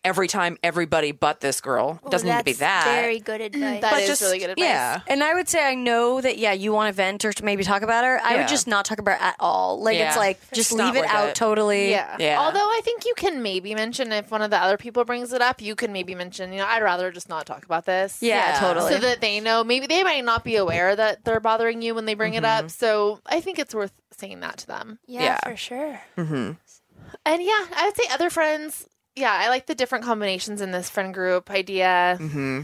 C: every time everybody but this girl. It doesn't need to be
F: That's
C: that.
F: Very good advice.
D: That is
C: just
D: really good advice.
C: yeah,
B: And I would say I know that yeah, you want to vent or to maybe talk about her. I
C: Yeah.
B: would just not talk about it at all. Like
C: Yeah.
B: it's like just
C: not
B: leave it
C: worth
B: out
C: it.
B: totally.
D: Yeah.
C: Yeah.
D: Although I think you can maybe mention if one of the other people brings it up, you can maybe mention, you know, I'd rather just not talk about this.
B: Yeah,
C: Yeah.
B: totally.
D: So that they know. Maybe they might not be aware that they're bothering you when they bring it
C: Mm-hmm.
D: up. So I think it's worth saying that to them.
F: yeah,
C: yeah.
F: for sure.
D: And yeah, I would say other friends. Yeah, I like the different combinations in this friend group idea. Mm-hmm.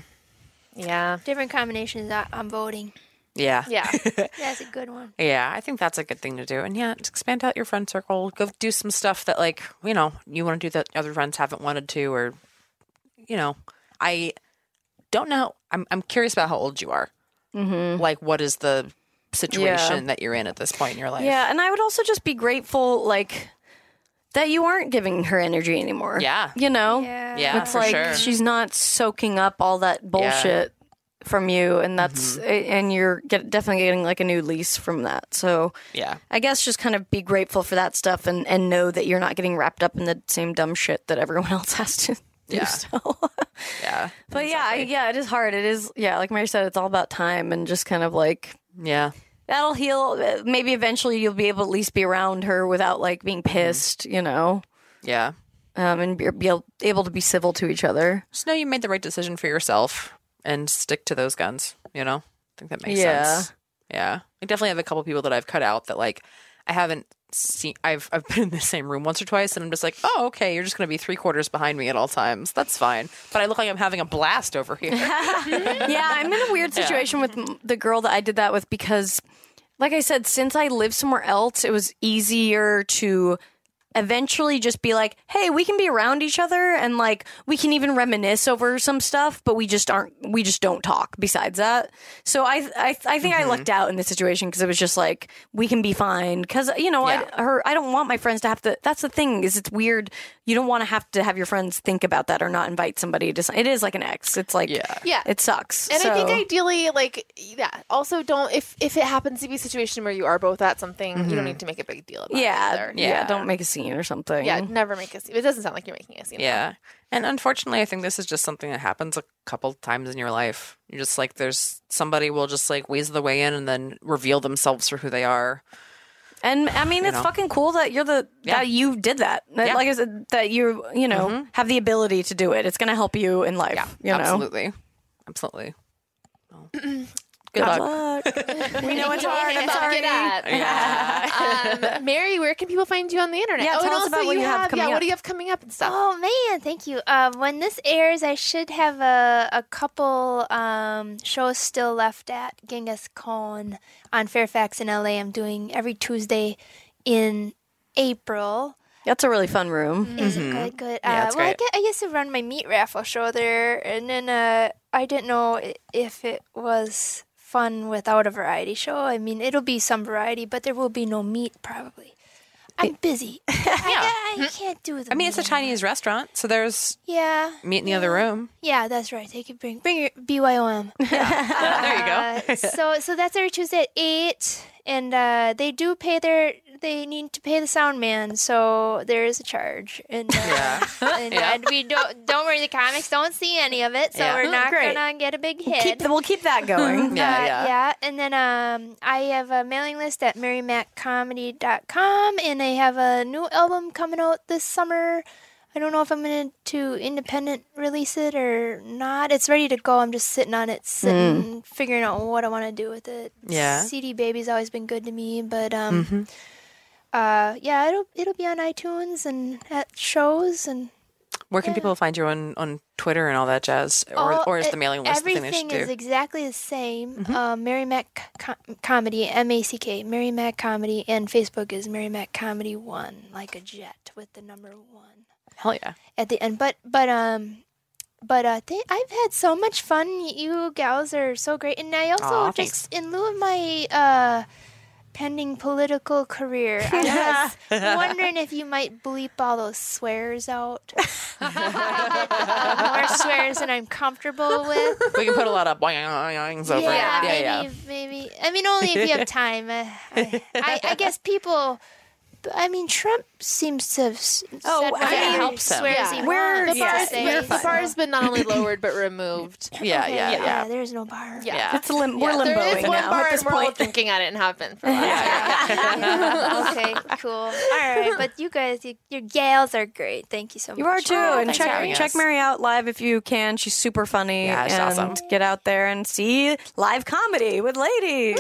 D: Yeah.
F: Different combinations. I, I'm voting.
C: yeah,
D: Yeah.
F: That's a good one.
C: Yeah, I think that's a good thing to do. And yeah, just expand out your friend circle. Go do some stuff that like, you know, you want to do that other friends haven't wanted to or you know, I don't know. I'm I'm curious about how old you are. Mm-hmm. Like what is the situation that you're in at this point in your life?
B: Yeah, and I would also just be grateful like that you aren't giving her energy anymore.
C: Yeah.
B: You know?
F: Yeah.
C: Yeah,
B: It's
C: for
B: like
C: sure.
B: she's not soaking up all that bullshit from you and that's
C: Mm-hmm.
B: and you're get, definitely getting like a new lease from that. So
C: yeah.
B: I guess just kind of be grateful for that stuff and, and know that you're not getting wrapped up in the same dumb shit that everyone else has to do.
C: Yeah.
B: So.
C: Yeah.
B: but yeah, I, yeah, it is hard. It is yeah, like Mary said, it's all about time and just kind of like
C: Yeah.
B: that'll heal. uh, Maybe eventually you'll be able to at least be around her without like being
C: Mm-hmm.
B: pissed, you know,
C: Yeah.
B: um, and be, be able to be civil to each other.
C: Just know you made the right decision for yourself and stick to those guns, you know? I think that makes
B: Yeah.
C: sense. Yeah. I definitely have a couple people that I've cut out that like I haven't seen I've I've been in the same room once or twice and I'm just like, Oh, okay, you're just gonna be three quarters behind me at all times. That's fine. But I look like I'm having a blast over here.
B: yeah, I'm in a weird situation with with the girl that I did that with because, like I said, since I live somewhere else, it was easier to eventually just be like, hey, we can be around each other and like we can even reminisce over some stuff, but we just aren't, we just don't talk besides that. So I, I, I think I lucked out in this situation because it was just like, we can be fine. Cause you know, I, her, I don't want my friends to have to, that's the thing is it's weird. You don't want to have to have your friends think about that or not invite somebody to, some- it is like an ex. It's like,
C: Yeah.
D: Yeah.
B: it sucks.
D: And I think
B: So-
D: ideally, like, yeah. Also, don't if if it happens to be a situation where you are both at something, you don't need to make a big deal about it.
B: Yeah,
D: either.
B: yeah,
C: Yeah.
B: Don't make a scene or something.
D: Yeah, never make a scene. It doesn't sound like you're making a scene.
C: yeah. And unfortunately I think this is just something that happens a couple times in your life. You're just like there's somebody will just like weasel their way in and then reveal themselves for who they are.
B: and I mean, it's
C: know.
B: fucking cool that you're the
C: Yeah.
B: that you did that. That,
C: Yeah. Mm-hmm.
B: Like I said, that you you know have the ability to do it. It's gonna help you in life. you know,
C: Absolutely. Absolutely. Good luck.
B: we know it's hard. I'm
D: That's
B: sorry.
D: Get at. Um, Mary, where can people find you on the internet?
B: Yeah,
D: oh, and
B: tell us
D: also
B: about what you have coming
D: yeah,
B: up.
D: what do you have coming up and stuff?
F: Oh man, thank you. Uh, when this airs, I should have a, a couple um, shows still left at Genghis Khan on Fairfax in LA. I'm doing every Tuesday in April.
B: That's a really fun room.
D: Mm-hmm.
F: Is it really good?
C: Mm-hmm. Yeah,
F: uh,
C: it's
F: well, I,
C: great.
F: get, I used to run my meat raffle show there, and then uh, I didn't know i- if it was fun without a variety show. I mean, it'll be some variety, but there will be no meat probably. I'm busy. I,
C: Hmm?
F: I can't do the
C: I mean, it's a
F: meat.
C: Chinese restaurant, so there's
F: Yeah.
C: meat in the other room.
F: Yeah, that's right. They could bring bring your BYOM.
C: there you go.
F: Uh, so so that's every Tuesday at eight, and uh, they do pay their they need to pay the sound man, so there is a charge. And, uh, and,
C: Yeah.
F: and we don't don't worry, the comics don't see any of it, so
C: Yeah.
F: we're not
B: great.
F: gonna get a big
B: Keep,
F: hit.
B: we'll keep that going.
C: Mm-hmm. Yeah,
F: Uh,
C: yeah.
F: And then um, I have a mailing list at marymackcomedy.com, and I have a new album coming out this summer. I don't know if I'm going to independent release it or not. It's ready to go. I'm just sitting on it, sitting, figuring out what I want to do with it.
C: Mm-hmm. Yeah. Mm-hmm.
F: CD Baby's always been good to me, but um, uh, yeah, it'll it'll be on iTunes and at shows and
C: Where can people find you on, on Twitter and all that jazz? Or,
F: all-
C: or is
F: e-
C: the mailing list the thing
F: everything
C: they should do? Mm-hmm.
F: is exactly the same. Uh, Mary Mac com- Comedy, M A C K, Mary Mac Comedy, and Facebook is Mary Mac Comedy One, like a jet with the number one
C: Hell yeah.
F: at the end. But but um. But uh, they, I've had so much fun. You gals are so great, and I also
C: Aw,
F: just, in lieu of my uh, pending political career, I was wondering if you might bleep all those swears out. uh, more swears than I'm comfortable with.
C: We can put a lot of boings over
F: Yeah,
C: it. Yeah, yeah.
F: maybe, maybe. I mean, only if you have time. Uh, I, I, I guess people. but, I mean, Trump seems to have s- said
B: I mean,
F: whatever
C: helps him.
F: swears
D: Yeah.
F: he
B: We're-
F: wants
B: Oh,
D: The
F: to
B: yeah,
D: bar, is-
F: say.
D: the bar has been not only lowered but removed.
C: Yeah,
F: Okay,
C: yeah, yeah.
F: There's no bar.
D: Yeah.
C: Yeah.
B: It's lim- we're
D: Yeah, there
B: limboing
D: is one
B: now
D: bar
B: at this
D: and we're all
B: point.
D: thinking at it and have been for a while.
F: Yeah. okay, cool. All right, but you guys, you, your gals are great. Thank you so
B: You are
F: much.
B: too, and check check Mary out live if you can. She's super funny.
C: Yeah, she's
B: and
C: awesome.
B: Get out there and see live comedy with ladies.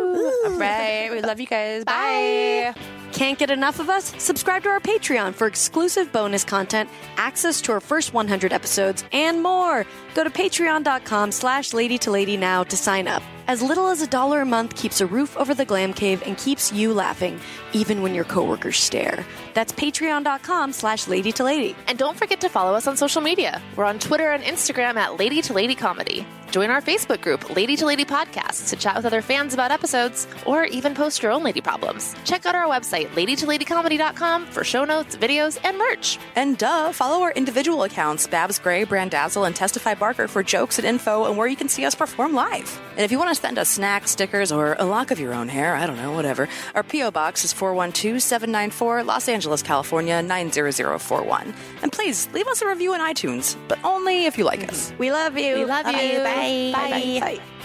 C: Right. We love you guys. Bye.
B: Can't get enough of us? Subscribe to our Patreon for exclusive bonus content, access to our first 100 episodes, and more. Go to patreon.com slash lady to lady now to sign up. As little as a dollar a month keeps a roof over the glam cave and keeps you laughing, even when your coworkers stare. That's patreon.com slash lady to lady.
D: And don't forget to follow us on social media. We're on Twitter and Instagram at Lady to Lady Comedy. Join our Facebook group, Lady to Lady Podcast, to chat with other fans about episodes or even post your own lady problems. Check out our website, ladytoladycomedy.com, for show notes, videos, and merch.
C: And duh, follow our individual accounts, Babs Gray, Brandazzle, and Testify Barker for jokes and info and where you can see us perform live. And if you want to send us snacks, stickers, or a lock of your own hair, I don't know, whatever, our P.O. Box is 412-794 Los Angeles, California, 90041. And please, leave us a review on iTunes, but only if you like us.
B: We love you.
D: We love you.
B: Bye.
D: Bye.
B: Bye. Bye.